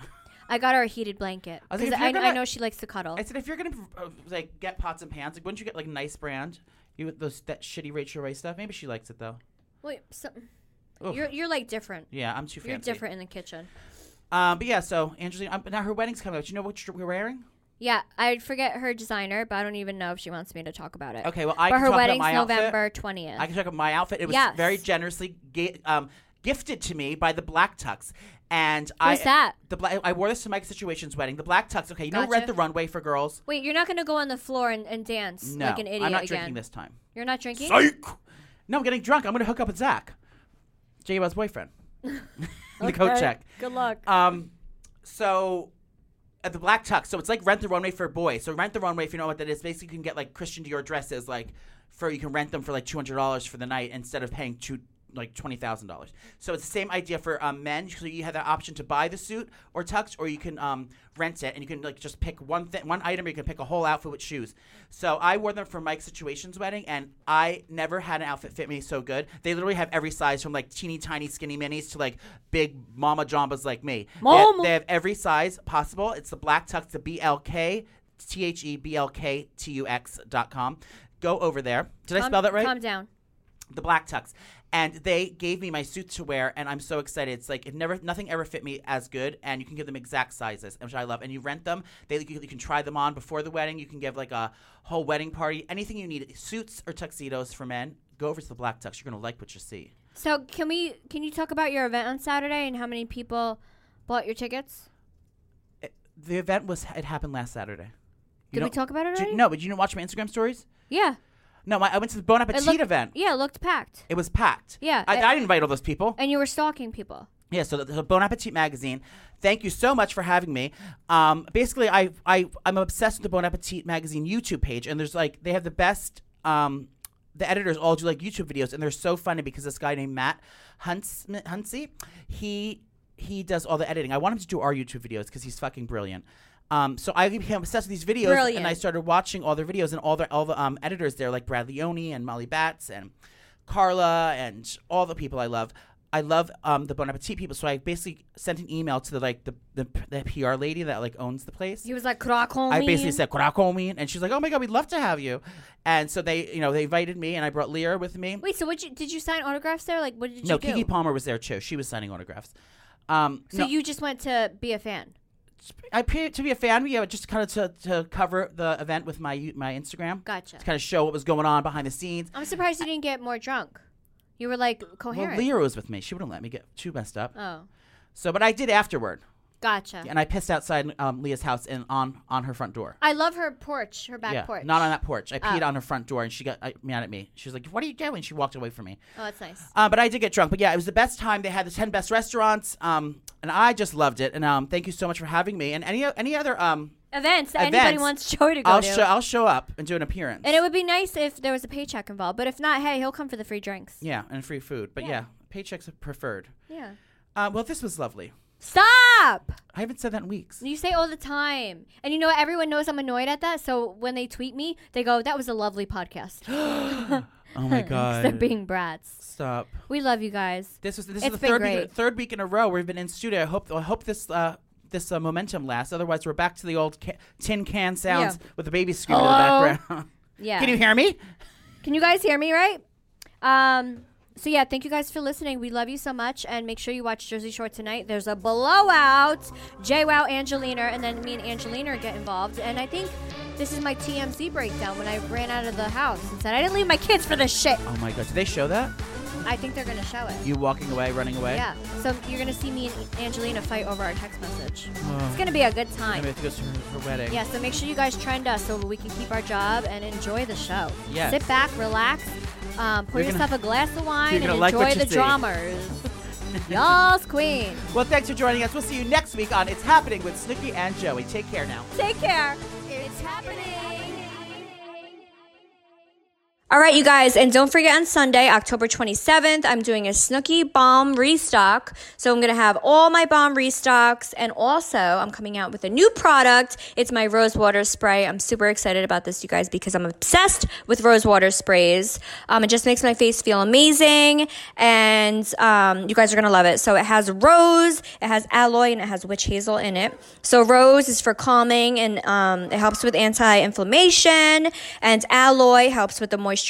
S1: I got her a heated blanket
S3: I was
S1: because
S3: like, if
S1: I,
S3: you're
S1: I
S3: gonna-
S1: know she likes to cuddle.
S3: I said, if you're gonna uh, like get pots and pans, like wouldn't you get like nice brand? You with those that shitty Rachel Ray stuff. Maybe she likes it though.
S1: Wait, so,
S3: Oof.
S1: you're you're like different.
S3: Yeah, I'm too fancy.
S1: You're different in the kitchen.
S3: Um, but yeah, so Angelina. Um, but now her wedding's coming up. Do you know what we're wearing?
S1: Yeah, I forget her designer, but I don't even know if she wants me to talk about it.
S3: Okay, well I
S1: but
S3: can
S1: her
S3: talk about
S1: wedding's
S3: my outfit.
S1: November twentieth.
S3: I can talk about my outfit. It was
S1: Yes.
S3: very generously ga- um, gifted to me by the Black Tux, and I
S1: What's that?
S3: the black. I wore this to Mike Situation's wedding. The Black Tux. Okay, you know
S1: Gotcha.
S3: Rent the Runway for girls.
S1: Wait, you're not gonna go on the floor and, and dance
S3: No,
S1: like an idiot
S3: I'm not
S1: again.
S3: drinking this time.
S1: You're not drinking.
S3: Psych. No, I'm getting drunk. I'm gonna hook up with Zach, J Bob's boyfriend. The coat check.
S4: Good luck.
S3: Um, so at the Black Tux, so it's like Rent the Runway for boys. So Rent the Runway, if you know what that is, basically you can get like Christian Dior dresses, like for you can rent them for like two hundred dollars for the night instead of paying two like twenty thousand dollars. So it's the same idea for um, men. So you have the option to buy the suit or tux, or you can um, rent it, and you can like just pick one thing, one item, or you can pick a whole outfit with shoes. So I wore them for Mike's situation's wedding, and I never had an outfit fit me so good. They literally have every size from like teeny tiny skinny minis to like big mama jambas like me. They have-
S1: Mama.
S3: they have every size possible. It's the black tux, the BLK, T H E B L K T U X dot com. Go over there. Did I
S1: Calm-
S3: spell that right?
S1: Calm down.
S3: the black tux and they gave me my suit to wear and i'm so excited it's like it never nothing ever fit me as good and you can give them exact sizes which i love and you rent them they you, you can try them on before the wedding you can give like a whole wedding party anything you need suits or tuxedos for men go over to the black tux you're gonna like what you see
S1: So can we can you talk about your event on Saturday and how many people bought your tickets?
S3: It- the event was it happened last saturday You
S1: Did we
S3: don't-
S1: talk about it
S3: do you-
S1: already?
S3: no but you didn't watch my instagram stories
S1: Yeah.
S3: no my, i went to the bon appetit
S1: looked-
S3: event
S1: Yeah, it looked packed.
S3: it was packed
S1: Yeah,
S3: I, I
S1: it-
S3: didn't invite all those people
S1: And you were stalking people.
S3: Yeah, so the, the Bon Appetit magazine. Thank you so much for having me. Um, basically, I, I I'm obsessed with the Bon Appetit magazine YouTube page, and there's like they have the best. Um, the editors all do like YouTube videos, and they're so funny because this guy named Matt Hunts Huntsy, he he does all the editing. I want him to do our YouTube videos because he's fucking brilliant. Um, so I became obsessed with these videos, and I
S1: Brilliant.
S3: started watching all their videos and all their all the um, editors there, like Brad Leone and Molly Batts and Carla and all the people I love. I love um, the Bon Appetit people, so I basically sent an email to the like the, the, the PR lady that like owns the place.
S1: He was like, "Crack on
S3: I
S1: me."
S3: basically said Korakomin, and she's like, "Oh my god, we'd love to have you." And so they, you know, they invited me, and I brought Lear with me.
S1: Wait, so what you did you sign autographs there? Like, what did you
S3: no,
S1: do?
S3: Kiki Palmer was there too. She was signing autographs. Um,
S1: so
S3: no,
S1: you just went to be a fan.
S3: I appear to be a fan. Yeah, just kind of to, to cover the event with my my Instagram,
S1: Gotcha.
S3: to kind of show what was going on behind the scenes.
S1: I'm surprised you didn't get more drunk. You were like
S3: Well,
S1: coherent.
S3: Lear was with me. She wouldn't let me get too messed up.
S1: oh,
S3: So, but I did afterward,
S1: gotcha.
S3: and I pissed outside um, Leah's house and on on her front door.
S1: I love her porch, her back
S3: yeah,
S1: porch.
S3: not on that porch. I peed
S1: Oh.
S3: on her front door, and she got uh, mad at me. She was like, "What are you doing?" She walked away from me.
S1: oh, that's nice.
S3: Uh, but I did get drunk. But yeah, it was the best time. They had the ten best restaurants, um, and I just loved it. And um, thank you so much for having me. And any any other um,
S1: Events that anybody
S3: Events.
S1: wants Joey to go
S3: I'll
S1: to.
S3: show I'll show up and do an appearance.
S1: and it would be nice if there was a paycheck involved, but if not, hey, he'll come for the free drinks.
S3: yeah, and free food. But yeah, paychecks are preferred.
S1: Yeah.
S3: Uh, well, this was lovely.
S1: Stop!
S3: I haven't said that in weeks.
S1: You say all the time. And you know what? Everyone knows I'm annoyed at that. So when they tweet me, they go, that was a lovely podcast.
S3: Oh my
S1: They're
S3: god!
S1: being brats.
S3: Stop.
S1: We love you guys.
S3: This was this
S1: It's
S3: is the
S1: been
S3: third week,
S1: great.
S3: third week in a row we've been in studio. I hope I hope this uh, this uh, momentum lasts. Otherwise, we're back to the old ca- tin can sounds with the baby screaming in
S1: Hello?
S3: the background.
S1: Yeah.
S3: Can you hear me?
S1: Can you guys hear me right? Um, so yeah, thank you guys for listening. We love you so much, and make sure you watch Jersey Shore tonight. There's a blowout. JWoww Angelina, and then me and Angelina get involved. And I think this is my TMZ breakdown when I ran out of the house and said I didn't leave my kids for this shit.
S3: Oh my god! Did they show that?
S1: I think they're gonna show it.
S3: You walking away, running away?
S1: Yeah. So you're gonna see me and Angelina fight over our text message. It's gonna be a good
S3: Maybe
S1: time.
S3: it goes to her, her wedding.
S1: Yeah, so make sure you guys trend us so we can keep our job and enjoy the show.
S3: Yes.
S1: Sit back, relax, um, pour
S3: You're gonna-
S1: yourself a glass of wine,
S3: you're
S1: and
S3: gonna like
S1: enjoy
S3: what you
S1: the
S3: see.
S1: dramas. Y'all's queen.
S3: Well, thanks for joining us. We'll see you next week on It's Happening with Snooki and Joey. Take care now.
S1: Take care. It's happening. All right, you guys, and don't forget on Sunday, October 27th, I'm doing a Snooki Bomb restock. So I'm going to have all my bomb restocks, and also I'm coming out with a new product. It's my rose water spray. I'm super excited about this, you guys, because I'm obsessed with rose water sprays. Um, it just makes my face feel amazing, and um, you guys are going to love it. So it has rose, it has alloy, and it has witch hazel in it. So rose is for calming, and um, it helps with anti-inflammation, and alloy helps with the moisturizing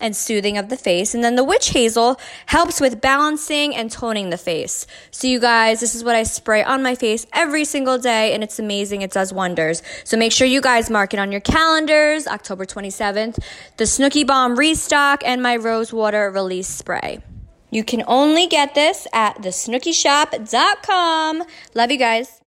S1: and soothing of the face. And then the witch hazel helps with balancing and toning the face. So, you guys, this is what I spray on my face every single day, and it's amazing. It does wonders. So, make sure you guys mark it on your calendars October 27th, the Snooki Bomb restock, and my rose water release spray. You can only get this at thesnookyshop.com. Love you guys.